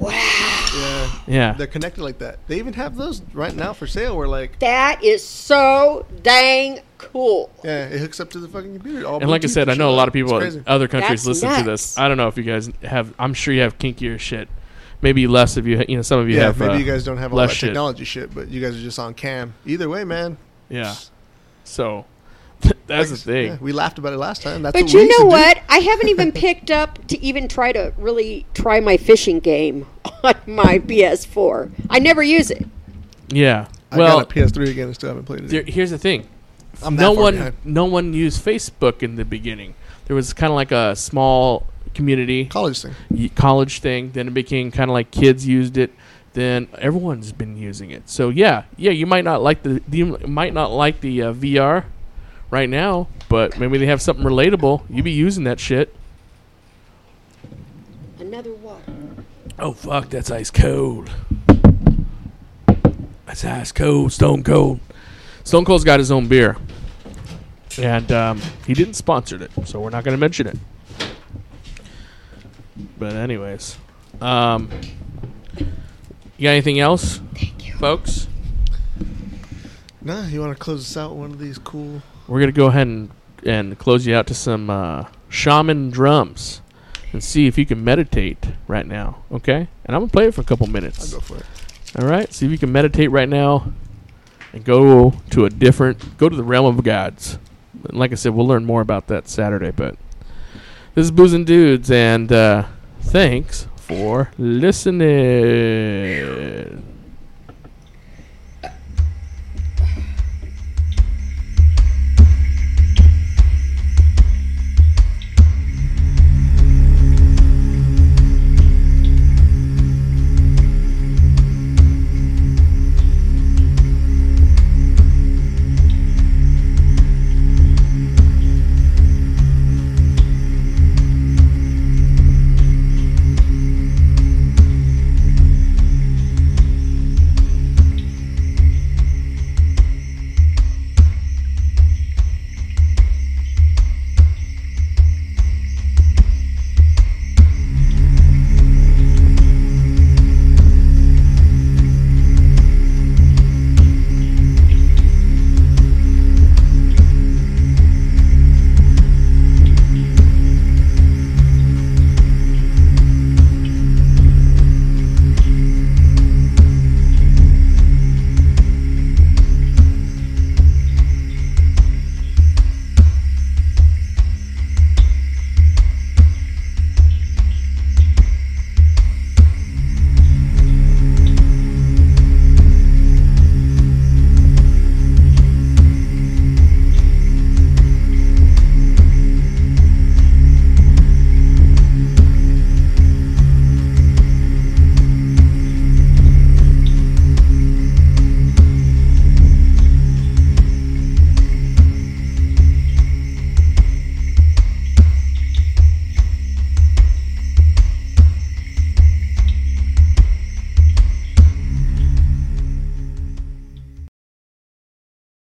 Yeah. Yeah. They're connected like that. They even have those right now for sale where like That is so dang cool. yeah, it hooks up to the fucking computer. All and like I Bluetooth said, I shit know a like lot of that. It's people crazy. in other countries That's listen to nuts. this. I don't know if you guys have. I'm sure you have kinkier shit. Maybe less of you. You know, some of you yeah, have. maybe uh, you guys don't have all less that shit. technology shit, but you guys are just on cam. Either way, man. Yeah. So that's the Like, thing. yeah, we laughed about it last time. That's But what we you used know to do. what? I haven't even picked up to even try to really try my fishing game on my PS4. I never use it. Yeah. I well, got a PS3 again and still haven't played it. there, here's the thing. I'm that no far one, behind. no one used Facebook in the beginning. There was kind of like a small community college thing. y- college thing. Then it became kind of like kids used it. Then everyone's been using it. So yeah, yeah, you might not like the you might not like the uh, VR right now, but maybe they have something relatable. You be using that shit. Another what? Oh fuck, that's ice cold. That's ice cold, Stone Cold. Stone Cold's got his own beer, and um, he didn't sponsor it, so we're not going to mention it. But anyways, um, you got anything else, Thank you. folks? Nah, you want to close this out? with One of these cool. We're gonna go ahead and and close you out to some uh, shaman drums, and see if you can meditate right now. Okay, and I'm gonna play it for a couple minutes. I'll go for it. All right, see if you can meditate right now and go to a different, go to the realm of gods. And like I said, we'll learn more about that Saturday, but this is Booze and Dudes, and uh, thanks for listening.